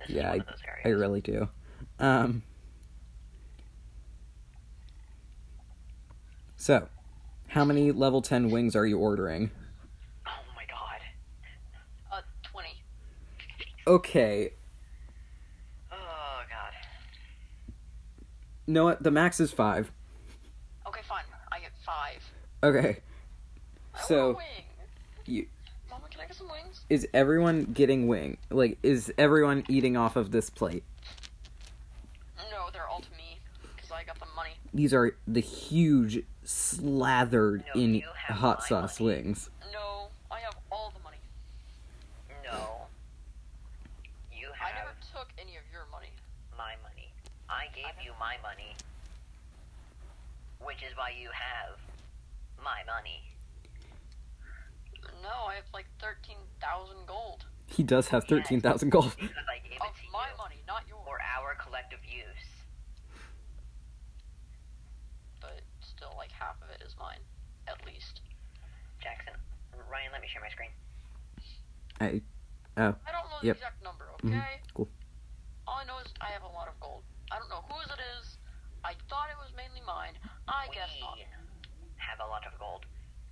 Speaker 2: This
Speaker 1: Yeah,
Speaker 2: is one of those areas.
Speaker 1: I really do. Um, so, how many level 10 wings are you ordering?
Speaker 2: Oh my god.
Speaker 3: Uh, 20.
Speaker 1: Okay,
Speaker 2: Oh god.
Speaker 1: no, the max is five.
Speaker 3: Okay, fine. I get five.
Speaker 1: Okay,
Speaker 3: I
Speaker 1: So,
Speaker 3: want a wing.
Speaker 1: you-
Speaker 3: Mama, can I get some wings?
Speaker 1: is everyone getting wing? Like, is everyone eating off of this plate?
Speaker 3: No, they're all to me because I got the money.
Speaker 1: These are the huge, slathered
Speaker 2: No,
Speaker 1: in
Speaker 2: you have
Speaker 1: hot
Speaker 2: my
Speaker 1: sauce
Speaker 2: money.
Speaker 1: wings.
Speaker 3: No, I have all the money.
Speaker 2: No. You
Speaker 3: I
Speaker 2: have
Speaker 3: never took any of your money.
Speaker 2: my money. I gave you my money. Which is why you have my money.
Speaker 3: No, I have like thirteen thousand gold
Speaker 1: He does have 13,000 gold.
Speaker 2: Because I gave
Speaker 3: of
Speaker 2: it to you
Speaker 3: Oh, my money, not
Speaker 2: for
Speaker 3: yours.
Speaker 2: our collective use.
Speaker 3: But still, like half of it is mine, at least.
Speaker 2: Jackson, Ryan, let me share my screen.
Speaker 1: I,
Speaker 3: I don't know the
Speaker 1: Yep.
Speaker 2: Mm-hmm.
Speaker 3: exact number. Okay.
Speaker 1: cool.
Speaker 3: All I know is I have a lot of gold. I don't know whose it is. I thought it was mainly mine. I
Speaker 2: we
Speaker 3: guess not.
Speaker 2: have a lot of gold.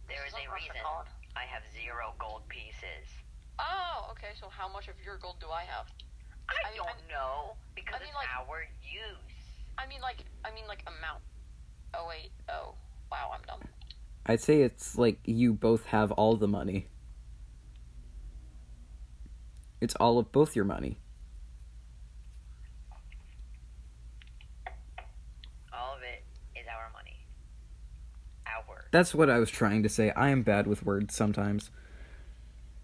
Speaker 2: There is
Speaker 3: This is
Speaker 2: a
Speaker 3: not worth the
Speaker 2: reason
Speaker 3: gold.
Speaker 2: I have zero gold pieces.
Speaker 3: Oh, okay. So how much of your gold do I have?
Speaker 2: I,
Speaker 3: I-
Speaker 2: don't
Speaker 3: I-
Speaker 2: know because
Speaker 3: I mean,
Speaker 2: it's
Speaker 3: like-
Speaker 2: our use.
Speaker 3: I mean, like, I mean, like amount. Oh wait. Oh, wow. I'm dumb.
Speaker 1: I'd say it's like you both have all the money. It's all of both your money.
Speaker 2: All of it is our money. Our.
Speaker 1: That's what I was trying to say. I am bad with words sometimes,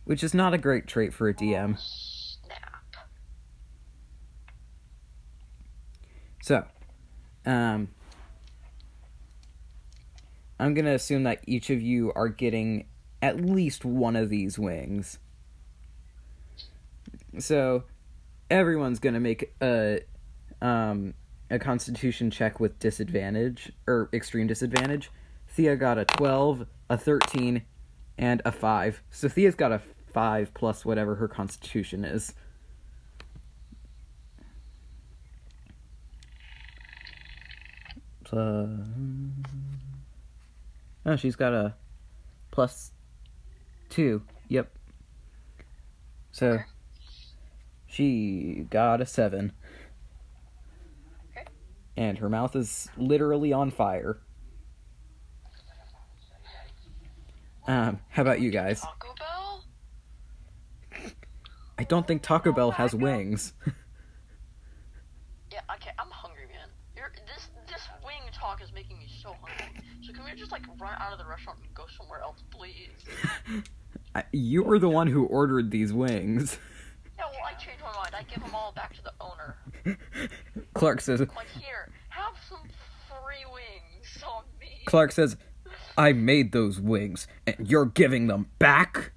Speaker 1: which is not a great trait for a DM.
Speaker 3: Snap.
Speaker 1: So, um, I'm gonna assume that each of you are getting at least one of these wings. So, everyone's gonna make a um a Constitution check with disadvantage or extreme disadvantage. Thea got a twelve, a thirteen, and a five. So Thea's got a five plus whatever her Constitution is. plus. uh, Oh, she's got a plus two. Yep. So
Speaker 3: Okay.
Speaker 1: she got a seven.
Speaker 3: Okay.
Speaker 1: And her mouth is literally on fire. Um, how about you guys?
Speaker 3: Taco Bell.
Speaker 1: I don't think Taco Bell has wings.
Speaker 3: Yeah. Okay. I'm hungry, man. You're, this this wing talk is making me so hungry. So can we just like run out of the restaurant and go somewhere else, please?
Speaker 1: I- you were the one who ordered these wings.
Speaker 3: No, well, I changed my mind. I give them all back to the owner.
Speaker 1: Clark says
Speaker 3: Like, here, have some free wings on me.
Speaker 1: Clark says, "I made those wings and you're giving them back?"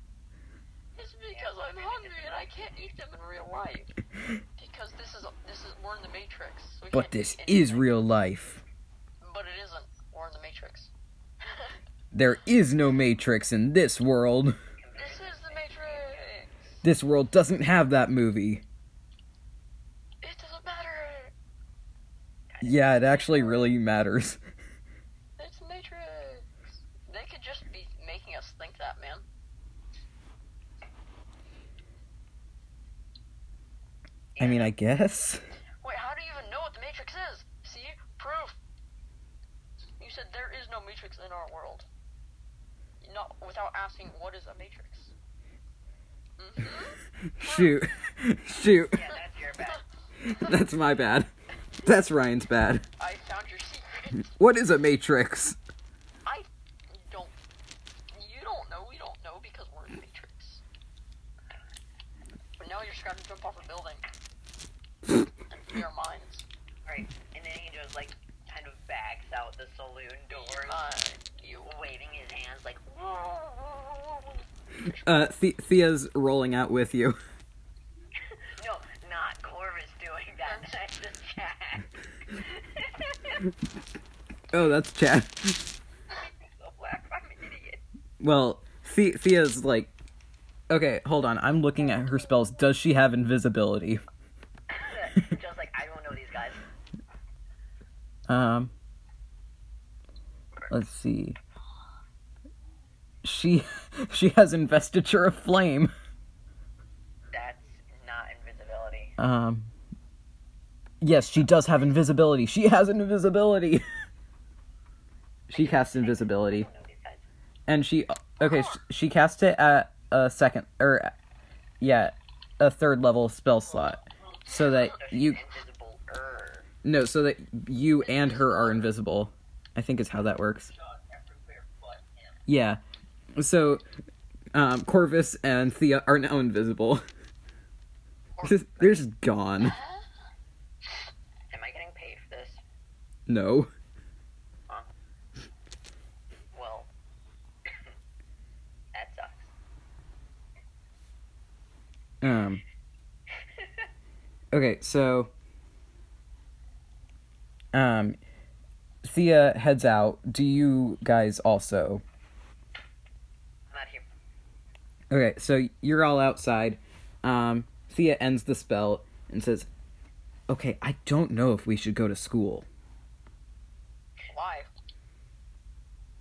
Speaker 3: It's because I'm hungry and I can't eat them in real life. Because this is this is we're in the Matrix. So we
Speaker 1: But
Speaker 3: can't
Speaker 1: this
Speaker 3: eat anything.
Speaker 1: is real life.
Speaker 3: But it isn't. We're in the Matrix.
Speaker 1: There is no matrix in this world.
Speaker 3: This is the Matrix.
Speaker 1: This world doesn't have that movie.
Speaker 3: It doesn't matter.
Speaker 1: Yeah, it actually really matters.
Speaker 3: It's the Matrix. They could just be making us think that, man.
Speaker 1: I mean, I guess.
Speaker 3: Wait, how do you even know what the Matrix is? See? Proof. You said there is no Matrix in our world. Not without asking what is a Matrix.
Speaker 1: Shoot. Shoot.
Speaker 2: Yeah, that's your bad.
Speaker 1: That's my bad. That's Ryan's bad.
Speaker 3: I found your secret.
Speaker 1: What is a matrix?
Speaker 3: I don't. You don't know. We don't know because we're in the Matrix. But now you're just gonna jump off a building. and free our minds.
Speaker 2: Right. And then he just like kind of backs out the saloon door,
Speaker 3: Mind you.
Speaker 2: waving his hands like.
Speaker 1: Uh, Th- Thea's rolling out with you.
Speaker 2: No, not Corvus doing that. That's the chat.
Speaker 1: Oh, that's Chad.
Speaker 2: so black. I'm an idiot.
Speaker 1: Well, the- Thea's like, okay, hold on. I'm looking at her spells. Does she have invisibility?
Speaker 2: just like I don't know these guys.
Speaker 1: Um, let's see. She she has investiture of flame.
Speaker 2: That's not invisibility.
Speaker 1: Um, yes, she does have invisibility. She has an invisibility. she casts invisibility,
Speaker 2: I don't know these guys.
Speaker 1: and she okay. She, she cast it at a second or, yeah, a third level spell slot, so that
Speaker 2: So she's
Speaker 1: you
Speaker 2: invisible. Er.
Speaker 1: no, so that you and her are invisible. I think is how that works. Yeah. So, um, Corvus and Thea are now invisible. Just- They're just gone.
Speaker 2: Am I getting paid for this?
Speaker 1: No.
Speaker 2: Well, that sucks.
Speaker 1: Um. Okay, so. Um, Thea heads out. Do you guys also?
Speaker 2: I'm not here.
Speaker 1: Okay, so you're all outside. Um, Thea ends the spell and says, Okay, I don't know if we should go to school.
Speaker 3: Why?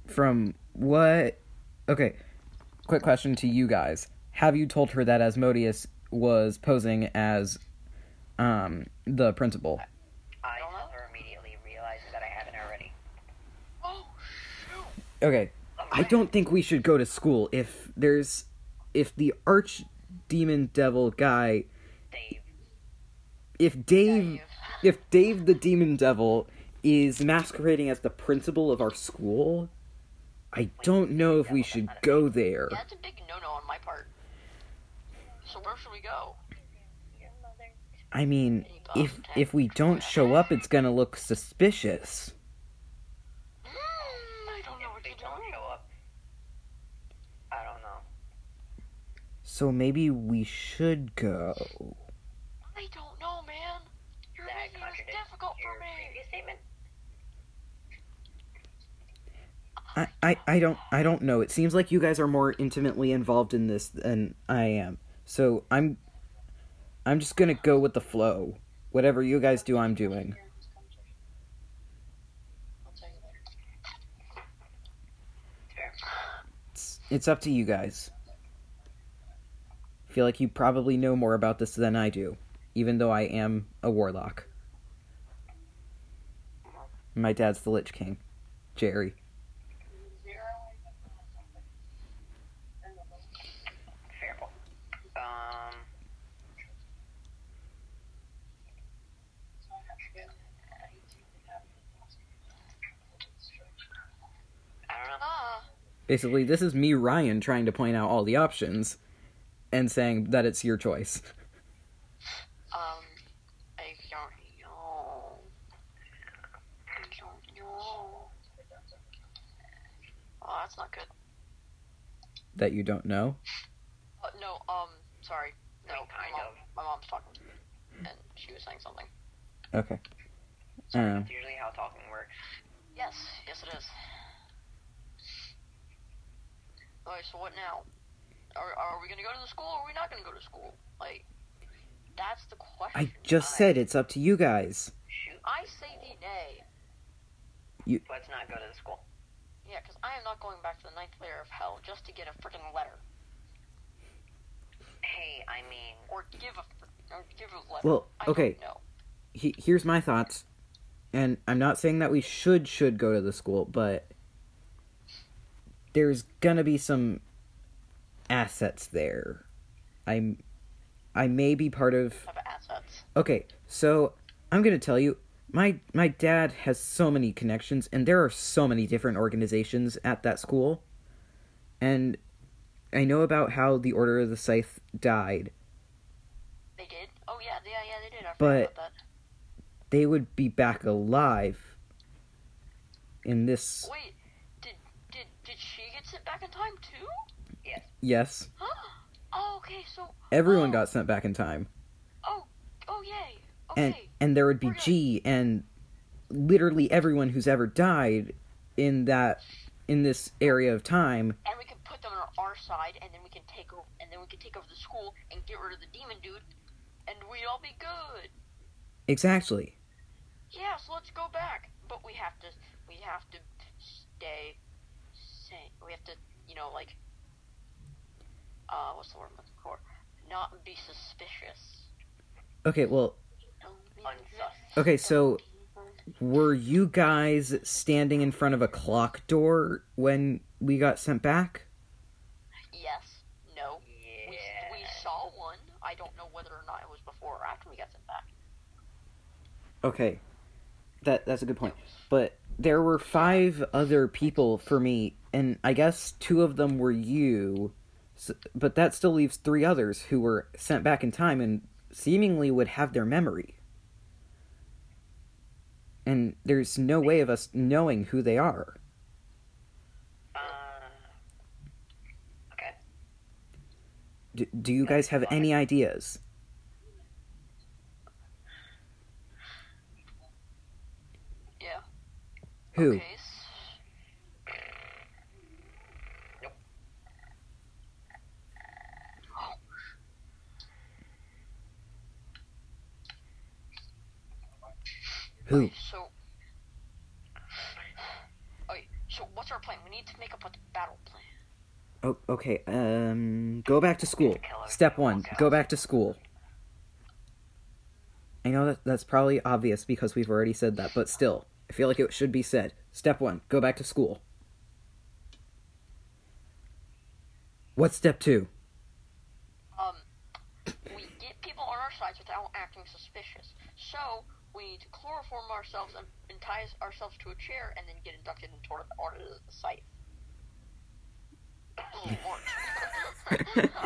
Speaker 1: From what? Okay, quick question to you guys: Have you told her that Asmodeus was posing as um, the principal?
Speaker 2: I
Speaker 3: Don't
Speaker 2: tell
Speaker 3: know.
Speaker 2: her immediately, realizing that I haven't already.
Speaker 3: Oh, shoot.
Speaker 1: Okay, I don't think we should go to school if there's if the arch demon devil guy
Speaker 2: Dave,
Speaker 1: if Dave if Dave the demon devil is masquerading as the principal of our school, I don't know if we should go there.
Speaker 3: Yeah, that's a big no-no on my part. So where should we go?
Speaker 1: I mean, if if we don't show up, it's gonna look suspicious.
Speaker 3: Mm, I don't know
Speaker 2: if
Speaker 3: what
Speaker 2: they
Speaker 3: to
Speaker 2: don't
Speaker 3: do.
Speaker 2: show up, I don't know.
Speaker 1: So maybe we should go.
Speaker 3: I don't know, man. You're
Speaker 2: That
Speaker 3: making this
Speaker 2: contradicts
Speaker 3: difficult
Speaker 2: your
Speaker 3: for me.
Speaker 2: previous statement.
Speaker 1: I, I I don't I don't know. It seems like you guys are more intimately involved in this than I am. So I'm I'm just gonna go with the flow. Whatever you guys do, I'm doing. It's, it's up to you guys. I feel like you probably know more about this than I do, even though I am a warlock. My dad's the Lich King, Jerry.
Speaker 2: Fair point. Um. I don't know.
Speaker 3: Ah,
Speaker 1: Basically, this is me, Ryan, trying to point out all the options and saying that it's your choice.
Speaker 3: um, I don't know. I don't know. Oh, that's not good.
Speaker 1: That you don't know.
Speaker 3: Uh, no, um, sorry. No,
Speaker 2: Wait, kind
Speaker 3: my mom,
Speaker 2: of.
Speaker 3: My mom's talking, and she was saying something.
Speaker 1: Okay. Um,
Speaker 2: That's usually how talking works.
Speaker 3: Yes, yes it is. Alright, so what now? Are, are we gonna go to the school or are we not gonna go to school? Like, that's the question.
Speaker 1: I just said it's up to you guys.
Speaker 2: Shoot.
Speaker 3: I say the nay.
Speaker 2: Let's not go to the school.
Speaker 3: Yeah, because I am not going back to the ninth layer of hell just to get a freaking letter.
Speaker 2: Hey, I mean,
Speaker 3: Or give a, fr- or give a letter.
Speaker 1: Well,
Speaker 3: I
Speaker 1: okay.
Speaker 3: Don't know.
Speaker 1: He, here's my thoughts, and I'm not saying that we should should go to the school, but there's gonna be some assets there. I'm, I may be part of
Speaker 3: Have assets.
Speaker 1: Okay, so I'm gonna tell you, my my dad has so many connections, and there are so many different organizations at that school, and I know about how the Order of the Scythe died.
Speaker 3: They did? Oh, yeah, yeah, yeah, they did. I forgot
Speaker 1: But-
Speaker 3: about that.
Speaker 1: They would be back alive in this.
Speaker 3: Wait, did, did, did she get sent back in time too?
Speaker 1: Yes,
Speaker 3: Huh? Oh, okay, so.
Speaker 1: everyone
Speaker 3: oh,
Speaker 1: got sent back in time,
Speaker 3: Oh, oh, yay. Okay.
Speaker 1: and and there would be
Speaker 3: We're good.
Speaker 1: G and literally everyone who's ever died in that in this area of time.
Speaker 3: and we can put them on our side, and then we can take over, and then we can take over the school and get rid of the demon dude, and we'd all be good.
Speaker 1: Exactly.
Speaker 3: Yeah, so let's go back. But we have to, we have to stay sane. We have to, you know, like, uh, what's the word I'm looking for? Not be suspicious.
Speaker 1: Okay, well,
Speaker 3: Don't be
Speaker 2: Unsus.
Speaker 1: Okay, so-
Speaker 3: don't be-
Speaker 1: Were you guys standing in front of a clock door when we got sent back?
Speaker 3: yes, no.
Speaker 2: yeah.
Speaker 3: We, we saw one. I don't know whether or not it was before or after we got sent back.
Speaker 1: Okay. That that's a good point. But there were five other people for me and I guess two of them were you. S but that still leaves three others who were sent back in time and seemingly would have their memory. And there's no way of us knowing who they are.
Speaker 2: Uh, okay.
Speaker 1: Do, do you guys have any ideas?
Speaker 3: Yeah.
Speaker 1: Who?
Speaker 3: Okay, s-
Speaker 2: Nope.
Speaker 1: Who?
Speaker 3: So, okay, so what's our plan? We need to make up a battle plan.
Speaker 1: Oh, okay. Um, go back to school. Step one: go back to school. I know that that's probably obvious because we've already said that, but still, I feel like it should be said. Step one: go back to school. What's step two?
Speaker 3: Um, we get people on our sides without acting suspicious. So we need to chloroform ourselves and, and tie ourselves to a chair, and then get inducted into our- our site. Oh, Lord.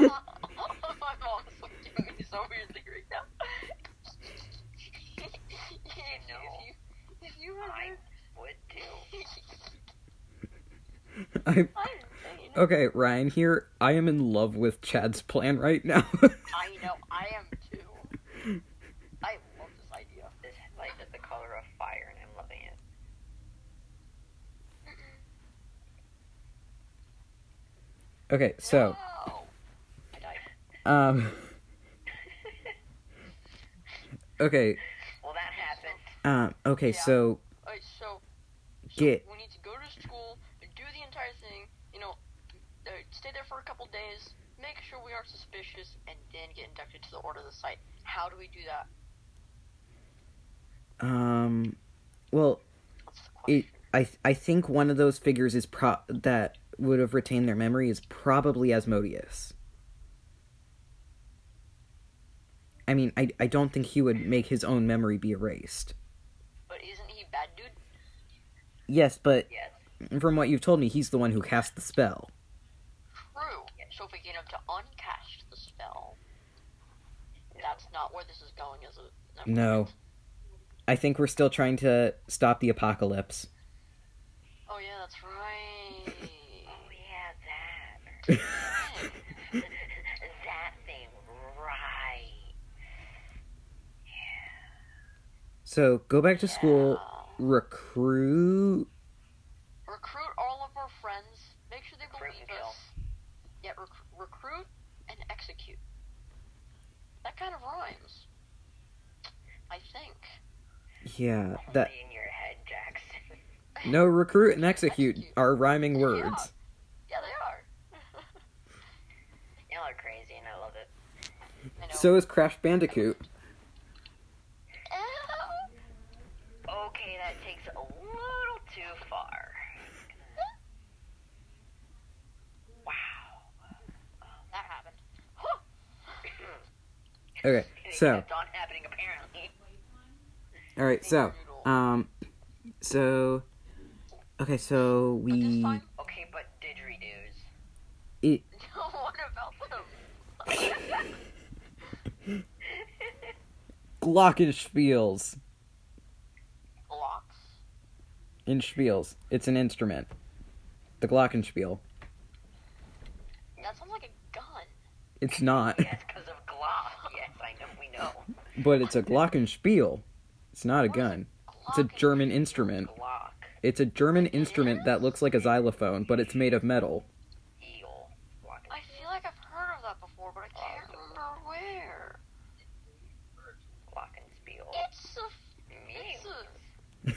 Speaker 3: My mom's looking at me so weirdly right now. if, you, if you were
Speaker 2: I
Speaker 3: there-
Speaker 2: would too.
Speaker 1: I
Speaker 3: I didn't say anything.
Speaker 1: okay, Ryan. Here, I am in love with Chad's plan right now.
Speaker 3: I know, I am too. I love this idea.
Speaker 2: This headlight is the color of fire, and I'm loving it.
Speaker 1: okay, so
Speaker 3: Wow.
Speaker 2: I died.
Speaker 1: um, okay,
Speaker 2: Well, that happened.
Speaker 1: um, okay,
Speaker 3: Yeah.
Speaker 1: so
Speaker 3: Alright, so, so
Speaker 1: Get-
Speaker 3: we need to go to school and do the entire thing. You know, uh, stay there for a couple days, make sure we aren't suspicious, and then get inducted to the Order of the Site. How do we do that?
Speaker 1: um, well,
Speaker 3: That's the
Speaker 1: it,
Speaker 3: question.
Speaker 1: I I think one of those figures is pro that would have retained their memory is probably Asmodeus. I mean, I I don't think he would make his own memory be erased.
Speaker 3: But isn't he bad, dude?
Speaker 1: Yes, but
Speaker 2: Yes.
Speaker 1: from what you've told me, he's the one who cast the spell.
Speaker 3: True. So if we get him to uncast the spell, that's not where this is going, is it? Never
Speaker 1: No.
Speaker 3: mind.
Speaker 1: I think we're still trying to stop the apocalypse.
Speaker 3: Oh yeah, that's right.
Speaker 2: Oh yeah, that. that thing, right?
Speaker 1: So go back to school, recruit.
Speaker 3: recruit all of our friends, make sure they
Speaker 2: Recruit and
Speaker 3: believe us. Yeah, rec- recruit and execute. That kind of rhymes. I think.
Speaker 1: Yeah,
Speaker 2: Only
Speaker 1: that
Speaker 2: in your head, Jackson.
Speaker 1: no recruit and execute are rhyming words.
Speaker 3: Yeah, they are.
Speaker 2: Y'all are crazy, and I love it.
Speaker 3: I know.
Speaker 1: So is Crash Bandicoot.
Speaker 3: Ew.
Speaker 2: Okay, that takes a little too far. Wow.
Speaker 3: that happened. Huh.
Speaker 1: Okay, so
Speaker 2: It's on happening apparently.
Speaker 1: all right, so um, so okay, so
Speaker 3: But this
Speaker 1: we
Speaker 3: time,
Speaker 2: Okay, but didgeridoos.
Speaker 1: it,
Speaker 3: no, what about them?
Speaker 1: glockenspiels
Speaker 3: Blocks?
Speaker 1: in spiels. It's an instrument. The glockenspiel.
Speaker 3: That sounds like a gun.
Speaker 1: It's not,
Speaker 2: Yes, because of Glock. Yes, I know, we know.
Speaker 1: but it's a glockenspiel. It's not a
Speaker 3: What is
Speaker 1: gun. It's a
Speaker 3: Glock-
Speaker 1: German instrument.
Speaker 2: Glock.
Speaker 1: It's a German instrument that looks like a xylophone, but it's made of metal.
Speaker 2: Eel. Glock.
Speaker 3: I feel like I've heard of that before, but I can't remember where.
Speaker 2: Glock and spiel.
Speaker 3: It's a. It's a.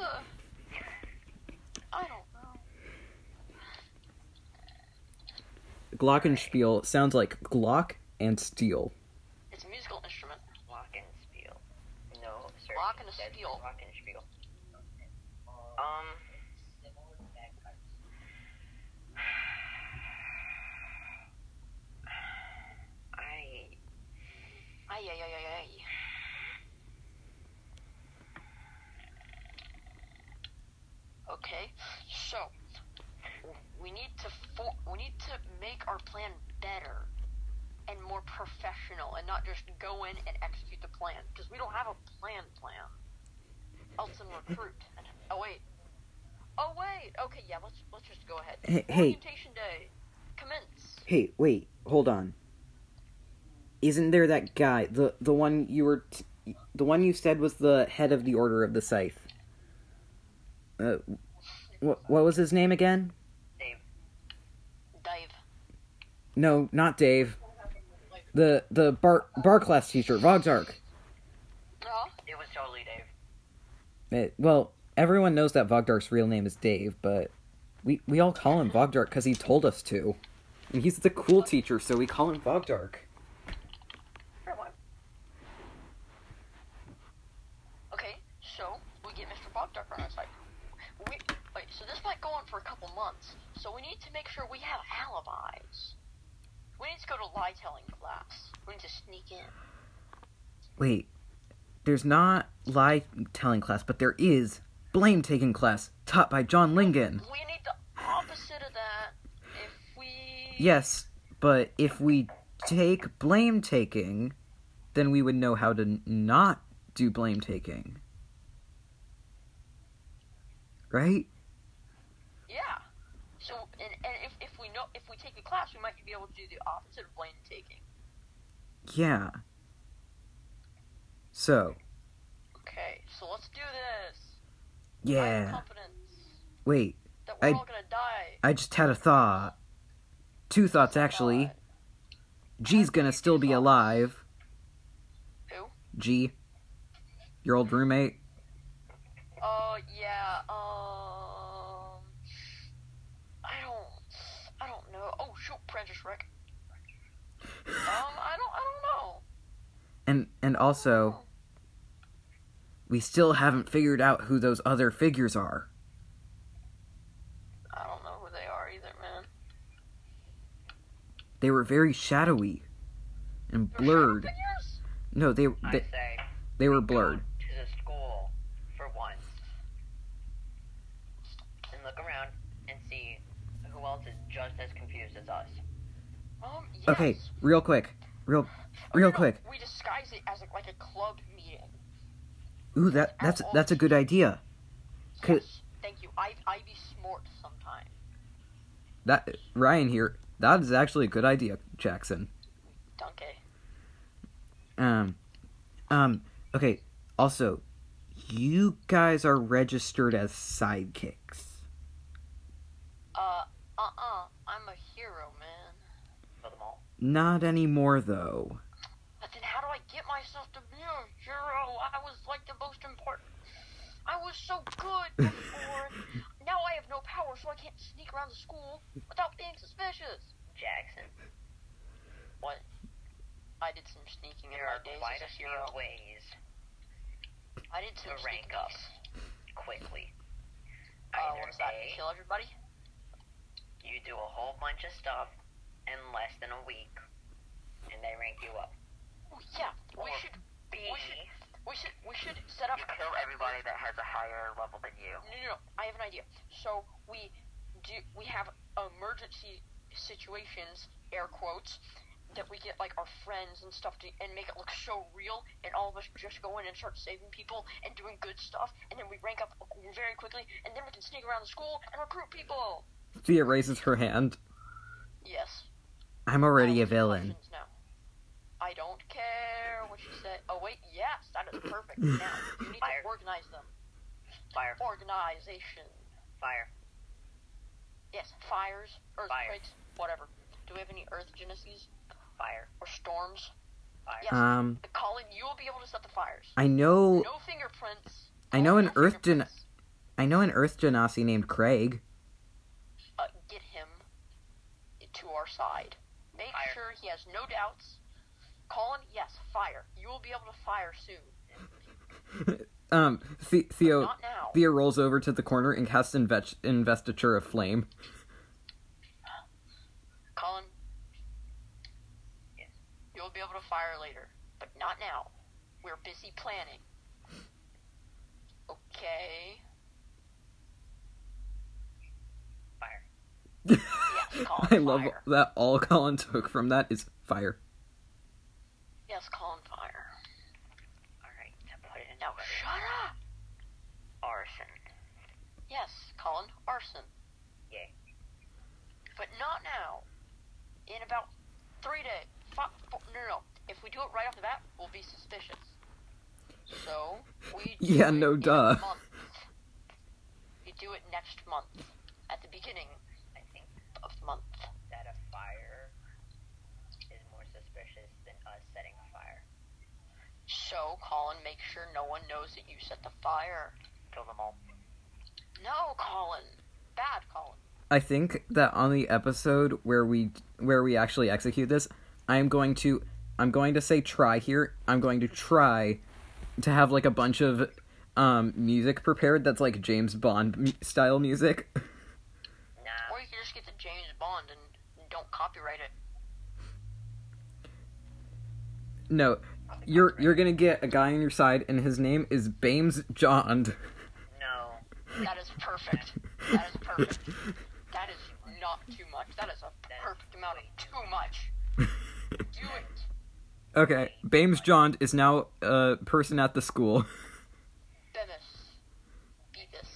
Speaker 3: a. I don't know.
Speaker 1: Glockenspiel sounds like Glock and steel.
Speaker 3: It's a musical instrument.
Speaker 2: Glock and spiel. No, sir.
Speaker 3: Glock and a
Speaker 2: that's
Speaker 3: spiel.
Speaker 2: Glock and spiel. Um. I.
Speaker 3: Ay, ay, ay, ay, ay. Okay, so we need to for- we need to make our plan better and more professional, and not just go in and execute the plan because we don't have a plan plan. Else than recruit. And, oh wait. Oh wait. Okay, yeah. Let's let's just go ahead.
Speaker 1: Hey- hey.
Speaker 3: Orientation day, commence.
Speaker 1: Hey, wait, hold on. Isn't there that guy the the one you were t- the one you said was the head of the Order of the Scythe? Uh, what what was his name again?
Speaker 2: Dave.
Speaker 3: Dive.
Speaker 1: No, not Dave. The the bar bar class teacher Vogtark.
Speaker 3: No.
Speaker 2: It was totally Dave.
Speaker 1: It, Eh, well, everyone knows that Vogdark's real name is Dave, but we we all call him Vogdark because he told us to. And he's the cool teacher, so we call him Vogdark.
Speaker 3: Fair one. Okay, so we get Mr. Bogdark on our side. We, wait, so this might go on for a couple months. So we need to make sure we have alibis. We need to go to lie telling class. We need to sneak in.
Speaker 1: Wait, there's not lie telling class, but there is blame taking class taught by John Lingan.
Speaker 3: We need the opposite of that. If we
Speaker 1: Yes, but if we take blame taking, then we would know how to n- not do blame taking. Right?
Speaker 3: Yeah. So and, and if, if we know if we take the class, we might be able to do the opposite of blame taking.
Speaker 1: Yeah. So,
Speaker 3: Okay, so let's do this. I have
Speaker 1: yeah.
Speaker 3: confidence
Speaker 1: Wait,
Speaker 3: that we're
Speaker 1: I-
Speaker 3: all gonna die.
Speaker 1: I just had a thought. Two thoughts, actually.
Speaker 3: God.
Speaker 1: G's gonna still be alive.
Speaker 3: Who?
Speaker 1: G, your old roommate.
Speaker 3: Oh yeah. Um. I don't. I don't know. Oh shoot, Prentice Rick. Um. I don't. I don't know.
Speaker 1: And and also we still haven't figured out who those other figures are.
Speaker 3: I don't know who they are either, man.
Speaker 1: They were very shadowy and
Speaker 3: They're shadow
Speaker 1: blurred.
Speaker 3: figures?
Speaker 1: No, they
Speaker 2: I
Speaker 1: they,
Speaker 2: say
Speaker 1: they were
Speaker 2: go
Speaker 1: blurred.
Speaker 2: to the school for once and look around and see who else is just as confused as us.
Speaker 3: Um. Yes.
Speaker 1: Okay, real quick. Real
Speaker 3: Oh,
Speaker 1: real
Speaker 3: no, no,
Speaker 1: quick.
Speaker 3: We disguise it as like, like a club meeting.
Speaker 1: Ooh, that that's that's a good idea. Could
Speaker 3: Yes. Thank you. I I be smart sometime.
Speaker 1: that Ryan here, that is actually a good idea, Jackson.
Speaker 3: Donkey.
Speaker 1: Um um okay, also you guys are registered as sidekicks.
Speaker 3: Uh. Uh. Uh. I'm a hero, man.
Speaker 2: Kill them all.
Speaker 1: Not anymore though.
Speaker 3: But then how do I get myself to be a hero? I was like the most important. I was so good before. now I have no power, so I can't sneak around the school without being suspicious.
Speaker 2: Jackson,
Speaker 3: What? I did some sneaking in
Speaker 2: there
Speaker 3: my
Speaker 2: are
Speaker 3: days
Speaker 2: quite
Speaker 3: as
Speaker 2: a
Speaker 3: a
Speaker 2: few
Speaker 3: hero.
Speaker 2: ways
Speaker 3: I did
Speaker 2: to
Speaker 3: some
Speaker 2: rank
Speaker 3: sneaking.
Speaker 2: up quickly. Either
Speaker 3: Uh, what is that?
Speaker 2: A,
Speaker 3: Kill everybody?
Speaker 2: you do a whole bunch of stuff in less than a week, and they rank you up.
Speaker 3: Oh, yeah. We
Speaker 2: Or
Speaker 3: should.
Speaker 2: B,
Speaker 3: We should. We should. We should set up.
Speaker 2: you kill everybody that has a higher level than you.
Speaker 3: No, no, no. I have an idea. So we do. We have emergency situations, air quotes, that we get like our friends and stuff to, and make it look so real, and all of us just go in and start saving people and doing good stuff, and then we rank up very quickly, and then we can sneak around the school and recruit people.
Speaker 1: Thea raises her hand.
Speaker 3: Yes.
Speaker 1: I'm
Speaker 3: I
Speaker 1: already a
Speaker 3: have
Speaker 1: villain.
Speaker 3: questions Now. I don't care what you say. Oh wait, yes, that is perfect. Now you need
Speaker 2: Fire.
Speaker 3: to organize them.
Speaker 2: Fire,
Speaker 3: Organization.
Speaker 2: fire.
Speaker 3: Yes, fires, earthquakes, whatever. Do we have any earth geneses
Speaker 2: Fire.
Speaker 3: or storms?
Speaker 2: Fire.
Speaker 3: Yes.
Speaker 1: Um,
Speaker 3: Colin, you will be able to set the fires.
Speaker 1: I know,
Speaker 3: No fingerprints.
Speaker 1: I know
Speaker 3: Colin,
Speaker 1: an
Speaker 3: no
Speaker 1: earth gen-
Speaker 3: fingerprints.
Speaker 1: I know an Earth Genasi named Craig.
Speaker 3: Uh, get him to our side. Make
Speaker 2: Fire.
Speaker 3: sure he has no doubts. Colin, yes, fire. You will be able to fire soon.
Speaker 1: Um, the- Theo,
Speaker 3: Not now.
Speaker 1: Theo rolls over to the corner and casts invet- investiture of flame.
Speaker 3: Colin.
Speaker 2: Yes.
Speaker 3: You'll be able to fire later, but not now. We're busy planning. Okay.
Speaker 2: Fire.
Speaker 3: Yes, Colin.
Speaker 1: I love
Speaker 3: fire.
Speaker 1: that. All Colin took from that is fire.
Speaker 3: Yes, Colin, fire.
Speaker 2: All right, to put it in
Speaker 3: Now shut up.
Speaker 2: arson.
Speaker 3: Yes, Colin, arson.
Speaker 2: Yay.
Speaker 3: But not now. In about three days. Five, four, no, no, no. If we do it right off the bat, we'll be suspicious. So we. Do
Speaker 1: Yeah,
Speaker 3: it
Speaker 1: no
Speaker 3: in a
Speaker 1: duh.
Speaker 3: month. We do it next month, at the beginning
Speaker 2: I think
Speaker 3: of the month.
Speaker 2: that a fire is more suspicious than us setting a fire.
Speaker 3: So Colin, make sure no one knows that you set the fire.
Speaker 2: kill them all.
Speaker 3: No, Colin. Bad Colin.
Speaker 1: I think that on the episode where we where we actually execute this, I am going to I'm going to say try here. I'm going to try to have like a bunch of um music prepared that's like James Bond mu- style music.
Speaker 2: Nah.
Speaker 3: Or you could just get the James Bond and and don't copyright it.
Speaker 1: No, you're you're going to get a guy on your side and his name is Bames John.
Speaker 2: No.
Speaker 3: That is perfect. That is perfect. That is not too much. That is a perfect amount of too much. Do it.
Speaker 1: Okay, Bames John is now a person at the school.
Speaker 3: Bemis. Beavis.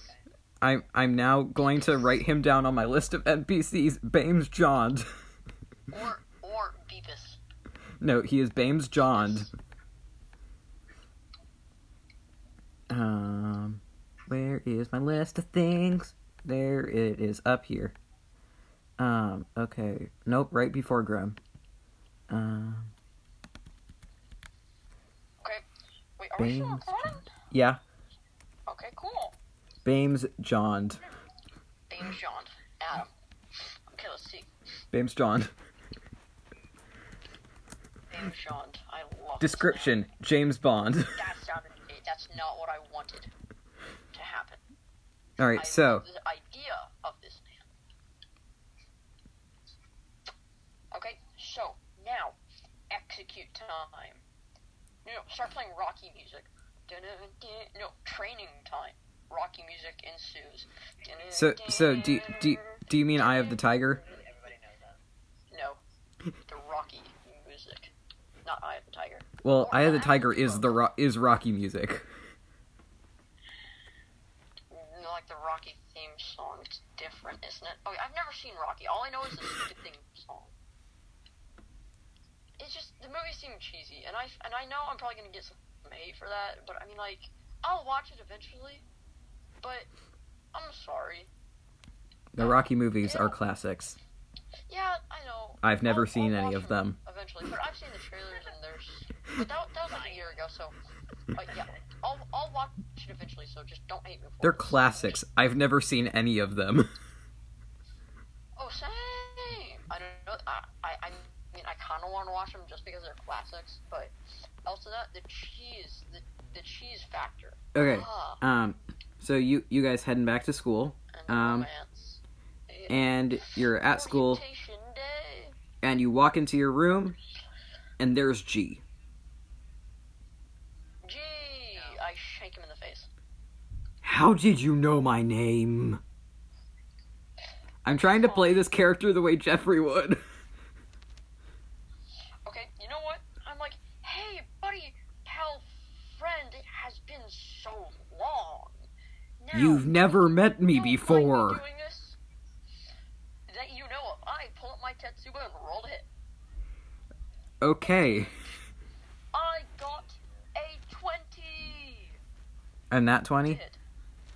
Speaker 1: I'm I'm now going to write him down on my list of NPCs. Bames John.
Speaker 3: Or or Beavis.
Speaker 1: No, he is Bames John. Um, where is my list of things? There it is, up here. Um, okay, nope, right before Grum. Um,
Speaker 3: Okay. Wait, are we still
Speaker 1: Beavis.
Speaker 3: recording?
Speaker 1: yeah,
Speaker 3: Okay, cool.
Speaker 1: Bames John.
Speaker 3: Beam Sean. Adam. Okay, let's see.
Speaker 1: Bames John.
Speaker 3: Beam Sean. I love this
Speaker 1: Description: James Bond.
Speaker 3: name. That sounded great. That's not what I wanted to happen.
Speaker 1: All
Speaker 3: I
Speaker 1: right, so
Speaker 3: love the idea of this man. Okay, so now execute time. You know, start playing Rocky music. Dun-dun-dun. No, training time. Rocky music ensues.
Speaker 1: so so do do do you mean Eye of the Tiger?
Speaker 2: Everybody knows that.
Speaker 3: No, the Rocky music, not Eye of the Tiger.
Speaker 1: Well, Eye of the Tiger is the ro- is Rocky music.
Speaker 3: You know, Like the Rocky theme song, it's different, isn't it? Okay, I've never seen Rocky. All I know is the stupid theme song. It's just the movie seemed cheesy, and I and I know I'm probably gonna get some hate for that, but I mean, like, I'll watch it eventually. But I'm sorry.
Speaker 1: The Rocky movies are classics.
Speaker 3: Yeah, I know.
Speaker 1: I've never
Speaker 3: I'll-
Speaker 1: seen
Speaker 3: I'll
Speaker 1: any
Speaker 3: watch
Speaker 1: of them.
Speaker 3: Eventually, but I've seen the trailers and there's. But that, that was like a year ago, so. But yeah, I'll, I'll watch it eventually, so just don't hate me for
Speaker 1: They're
Speaker 3: it.
Speaker 1: classics. I've never seen any of them.
Speaker 3: Oh, same! I don't know. I, I, I mean, I kind of want to watch them just because they're classics, but also that, the cheese, the, the cheese factor.
Speaker 1: Okay.
Speaker 3: Ah,
Speaker 1: Um so you you guys heading back to school
Speaker 3: and the
Speaker 1: um,
Speaker 3: romance. Yeah.
Speaker 1: and you're at school
Speaker 3: Orientation day.
Speaker 1: and you walk into your room and there's G.
Speaker 3: Gee! I shake him in the face.
Speaker 1: How did you know my name? I'm trying to play this character the way Jeffrey would.
Speaker 3: Okay, you know what? I'm like, hey, buddy, pal, friend, it has been so long. Now,
Speaker 1: You've never met me
Speaker 3: you don't mind
Speaker 1: before.
Speaker 3: doing this? That you know of, I pull up my Tetsuba and roll it.
Speaker 1: Okay.
Speaker 3: I got a 20!
Speaker 1: And that 20?
Speaker 3: Hit.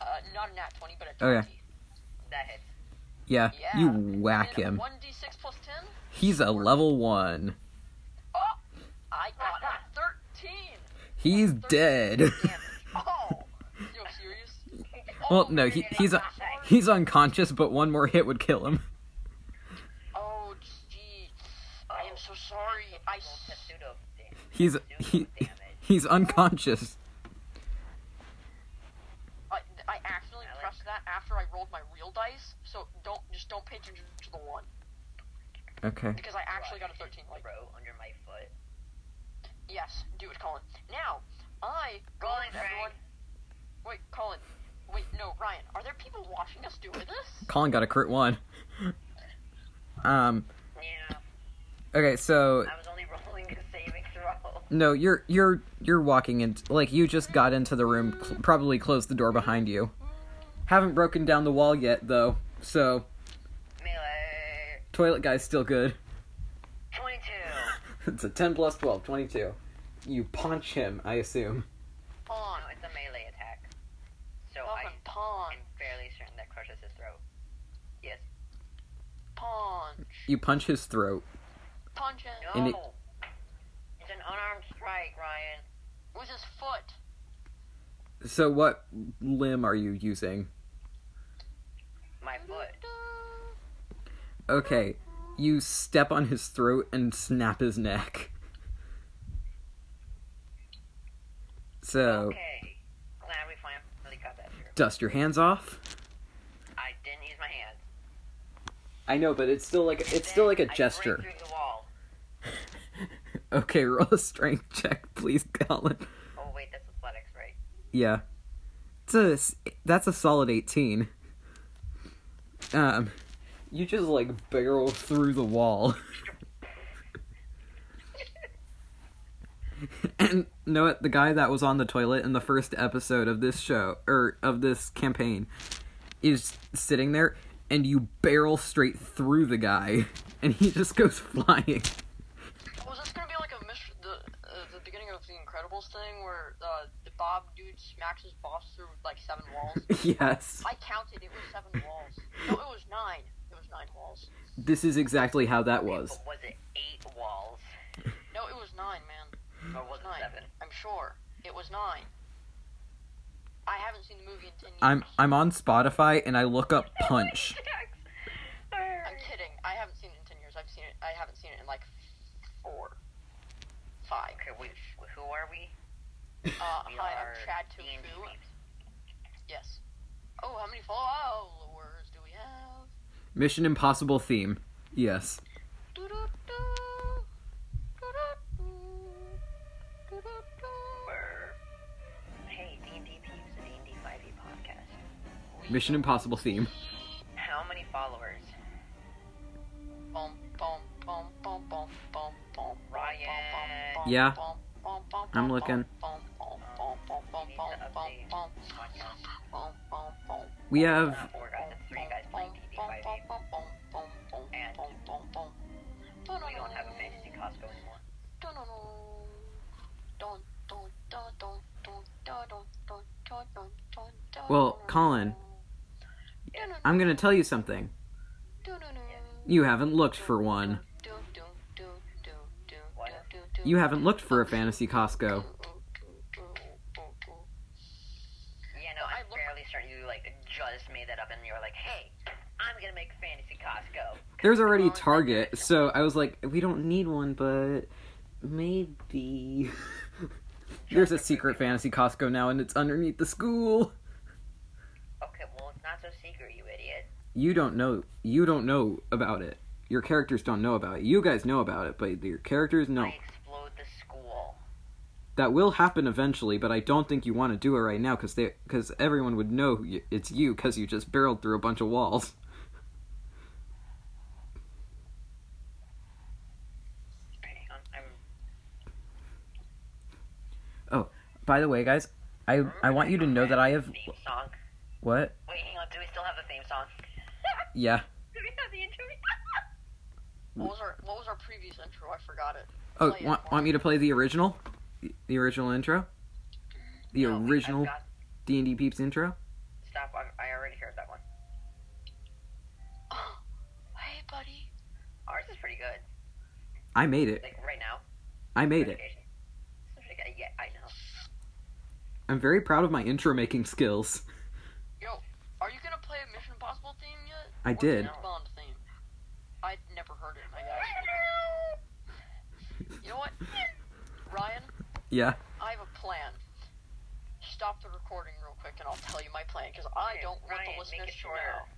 Speaker 3: Uh, not a nat 20, but a 20.
Speaker 1: Okay.
Speaker 2: That hits.
Speaker 1: Yeah.
Speaker 3: Yeah.
Speaker 1: You whack
Speaker 3: And
Speaker 1: him.
Speaker 3: 1d6 plus 10?
Speaker 1: He's a level 1.
Speaker 3: Oh! I got a 13!
Speaker 1: He's dead.
Speaker 3: Oh! Yo, serious?
Speaker 1: Well,
Speaker 3: Oh,
Speaker 1: no, he, he's a, he's unconscious, but one more hit would kill him.
Speaker 3: Oh, gee. I am so sorry. I.
Speaker 2: It's a
Speaker 3: s-
Speaker 2: pseudo thing.
Speaker 1: He's he, he's unconscious.
Speaker 3: I, I accidentally pressed that after I rolled my real dice, so don't just don't pay attention to the one
Speaker 1: Okay.
Speaker 3: because I actually got a thirteen. Like,
Speaker 2: Bro, under my foot.
Speaker 3: yes, do it, Colin. Now, I
Speaker 2: Rolling,
Speaker 3: Colin, everyone.
Speaker 2: Frank.
Speaker 3: Wait, Colin. Wait, no, Ryan. Are there people watching us doing this?
Speaker 1: Colin got a crit one. Um.
Speaker 2: Yeah.
Speaker 1: Okay. So
Speaker 2: I was only rolling a saving throw.
Speaker 1: no, you're you're you're walking in like you just got into the room. Cl- probably closed the door behind you. Haven't broken down the wall yet though, so
Speaker 2: Melee.
Speaker 1: toilet guy's still good.
Speaker 2: 22.
Speaker 1: It's a 10 plus 12, 22. You punch him, I assume.
Speaker 3: Pawn.
Speaker 2: No, it's a melee attack. So
Speaker 3: Fucking
Speaker 2: I
Speaker 3: pawn.
Speaker 2: am fairly certain that crushes his throat. Yes.
Speaker 3: Pawn.
Speaker 1: You punch his throat.
Speaker 3: Punch him
Speaker 2: No.
Speaker 1: And it-
Speaker 2: It's an unarmed strike, Ryan.
Speaker 3: with his foot.
Speaker 1: So what limb are you using?
Speaker 2: My
Speaker 3: Mm-hmm.
Speaker 2: foot.
Speaker 1: Okay, you step on his throat and snap his neck. So
Speaker 2: Okay. Glad we finally got that through.
Speaker 1: dust your hands off.
Speaker 2: I didn't use my hands.
Speaker 1: I know, but it's still like it's still
Speaker 2: Then
Speaker 1: like a
Speaker 2: I
Speaker 1: gesture.
Speaker 2: break through the wall.
Speaker 1: Okay, roll a strength check, please, Colin.
Speaker 2: Oh wait, that's athletics, right?
Speaker 1: Yeah, it's a s- that's a solid eighteen. Um, you just like barrel through the wall, and you know what? The guy that was on the toilet in the first episode of this show or of this campaign is sitting there, and you barrel straight through the guy, and he just goes flying.
Speaker 3: Was this gonna be like a mis- the uh, the beginning of the Incredibles thing where uh, the Bob dude smacks his boss through like seven walls?
Speaker 1: yes.
Speaker 3: I counted. It was seven walls. No, it was nine. It was nine walls.
Speaker 1: This is exactly how that was.
Speaker 2: But was it eight walls?
Speaker 3: No, it was nine, man.
Speaker 2: Or was it
Speaker 3: Nine.
Speaker 2: seven?
Speaker 3: I'm sure it was nine. I haven't seen the movie in ten years.
Speaker 1: I'm I'm on Spotify and I look up punch.
Speaker 3: I'm kidding. I haven't seen it in ten years. I've seen it. I haven't seen it in like four, five.
Speaker 2: Okay, we, who are we? We
Speaker 3: Uh, hi,
Speaker 2: are
Speaker 3: I'm Chad
Speaker 2: D&D
Speaker 3: Tufu.
Speaker 2: peeps.
Speaker 3: Yes. Oh, how many followers do we have?
Speaker 1: Mission Impossible theme. Yes.
Speaker 3: Doo-doo-doo. Doo-doo-doo. Doo-doo-doo.
Speaker 2: Brr. Hey, D&D peeps, the D&D 5e E podcast.
Speaker 1: Mission Impossible theme.
Speaker 2: How many followers?
Speaker 3: Bum, bum, bum, bum, bum, bum, bum,
Speaker 2: Ryan.
Speaker 3: bum, bum,
Speaker 1: Yeah.
Speaker 3: bum, bum, bum,
Speaker 1: I'm
Speaker 3: bum,
Speaker 1: looking.
Speaker 3: bum, bum, bum, bum, bum,
Speaker 2: We need
Speaker 3: bum,
Speaker 2: to
Speaker 3: bum,
Speaker 2: update
Speaker 3: bum,
Speaker 2: Podcast.
Speaker 3: bum, bum, bum.
Speaker 1: We have
Speaker 2: Not four guys, it's three guys playing D&D 5e. And We don't have a fantasy Costco anymore.
Speaker 1: Well, Colin. I'm going to tell you something. You haven't looked for one. You haven't looked for a fantasy Costco.
Speaker 2: Yeah, no,
Speaker 3: I
Speaker 2: I'm
Speaker 3: look-
Speaker 2: fairly certain you, like, just made that up and you're like, hey, I'm gonna make fantasy Costco.
Speaker 1: There's already Target, so I was like, we don't need one, but maybe There's a secret fantasy Costco now and it's underneath the school.
Speaker 2: Okay, well, it's not so secret, you idiot.
Speaker 1: You don't know you don't know about it. Your characters don't know about it. You guys know about it, but your characters
Speaker 2: I
Speaker 1: know.
Speaker 2: explode the school.
Speaker 1: That will happen eventually, but I don't think you want to do it right now because because everyone would know y- it's you because you just barreled through a bunch of walls.
Speaker 2: Okay, I'm, I'm
Speaker 1: By the way, guys, I I want you to know that I have
Speaker 2: theme song.
Speaker 1: what?
Speaker 2: Wait, hang on. Do we still have the theme song?
Speaker 1: Yeah.
Speaker 2: do we have the intro?
Speaker 3: What was our what was our previous intro? I forgot it.
Speaker 1: Oh, want want me to play the original, the, the original intro, the
Speaker 2: No, I've
Speaker 1: original
Speaker 2: got-
Speaker 1: D and D peeps intro.
Speaker 2: Stop. I, I already heard that one.
Speaker 3: hey, buddy.
Speaker 2: Ours is pretty good.
Speaker 1: I made it.
Speaker 2: Like right now.
Speaker 1: I made it.
Speaker 2: Notification. It's pretty good. Yeah, I know.
Speaker 1: I'm very proud of my intro making skills.
Speaker 3: Yo, are you gonna play a Mission Impossible theme yet?
Speaker 1: I
Speaker 3: Or
Speaker 1: did.
Speaker 3: James Bond theme. I'd never heard it. I guess. You know what, Ryan?
Speaker 1: Yeah.
Speaker 3: I have a plan. Stop the recording real quick, and I'll tell you my plan because I
Speaker 2: Okay,
Speaker 3: don't want
Speaker 2: Ryan,
Speaker 3: the
Speaker 2: make
Speaker 3: listeners
Speaker 2: it
Speaker 3: to
Speaker 2: shorter.
Speaker 3: know.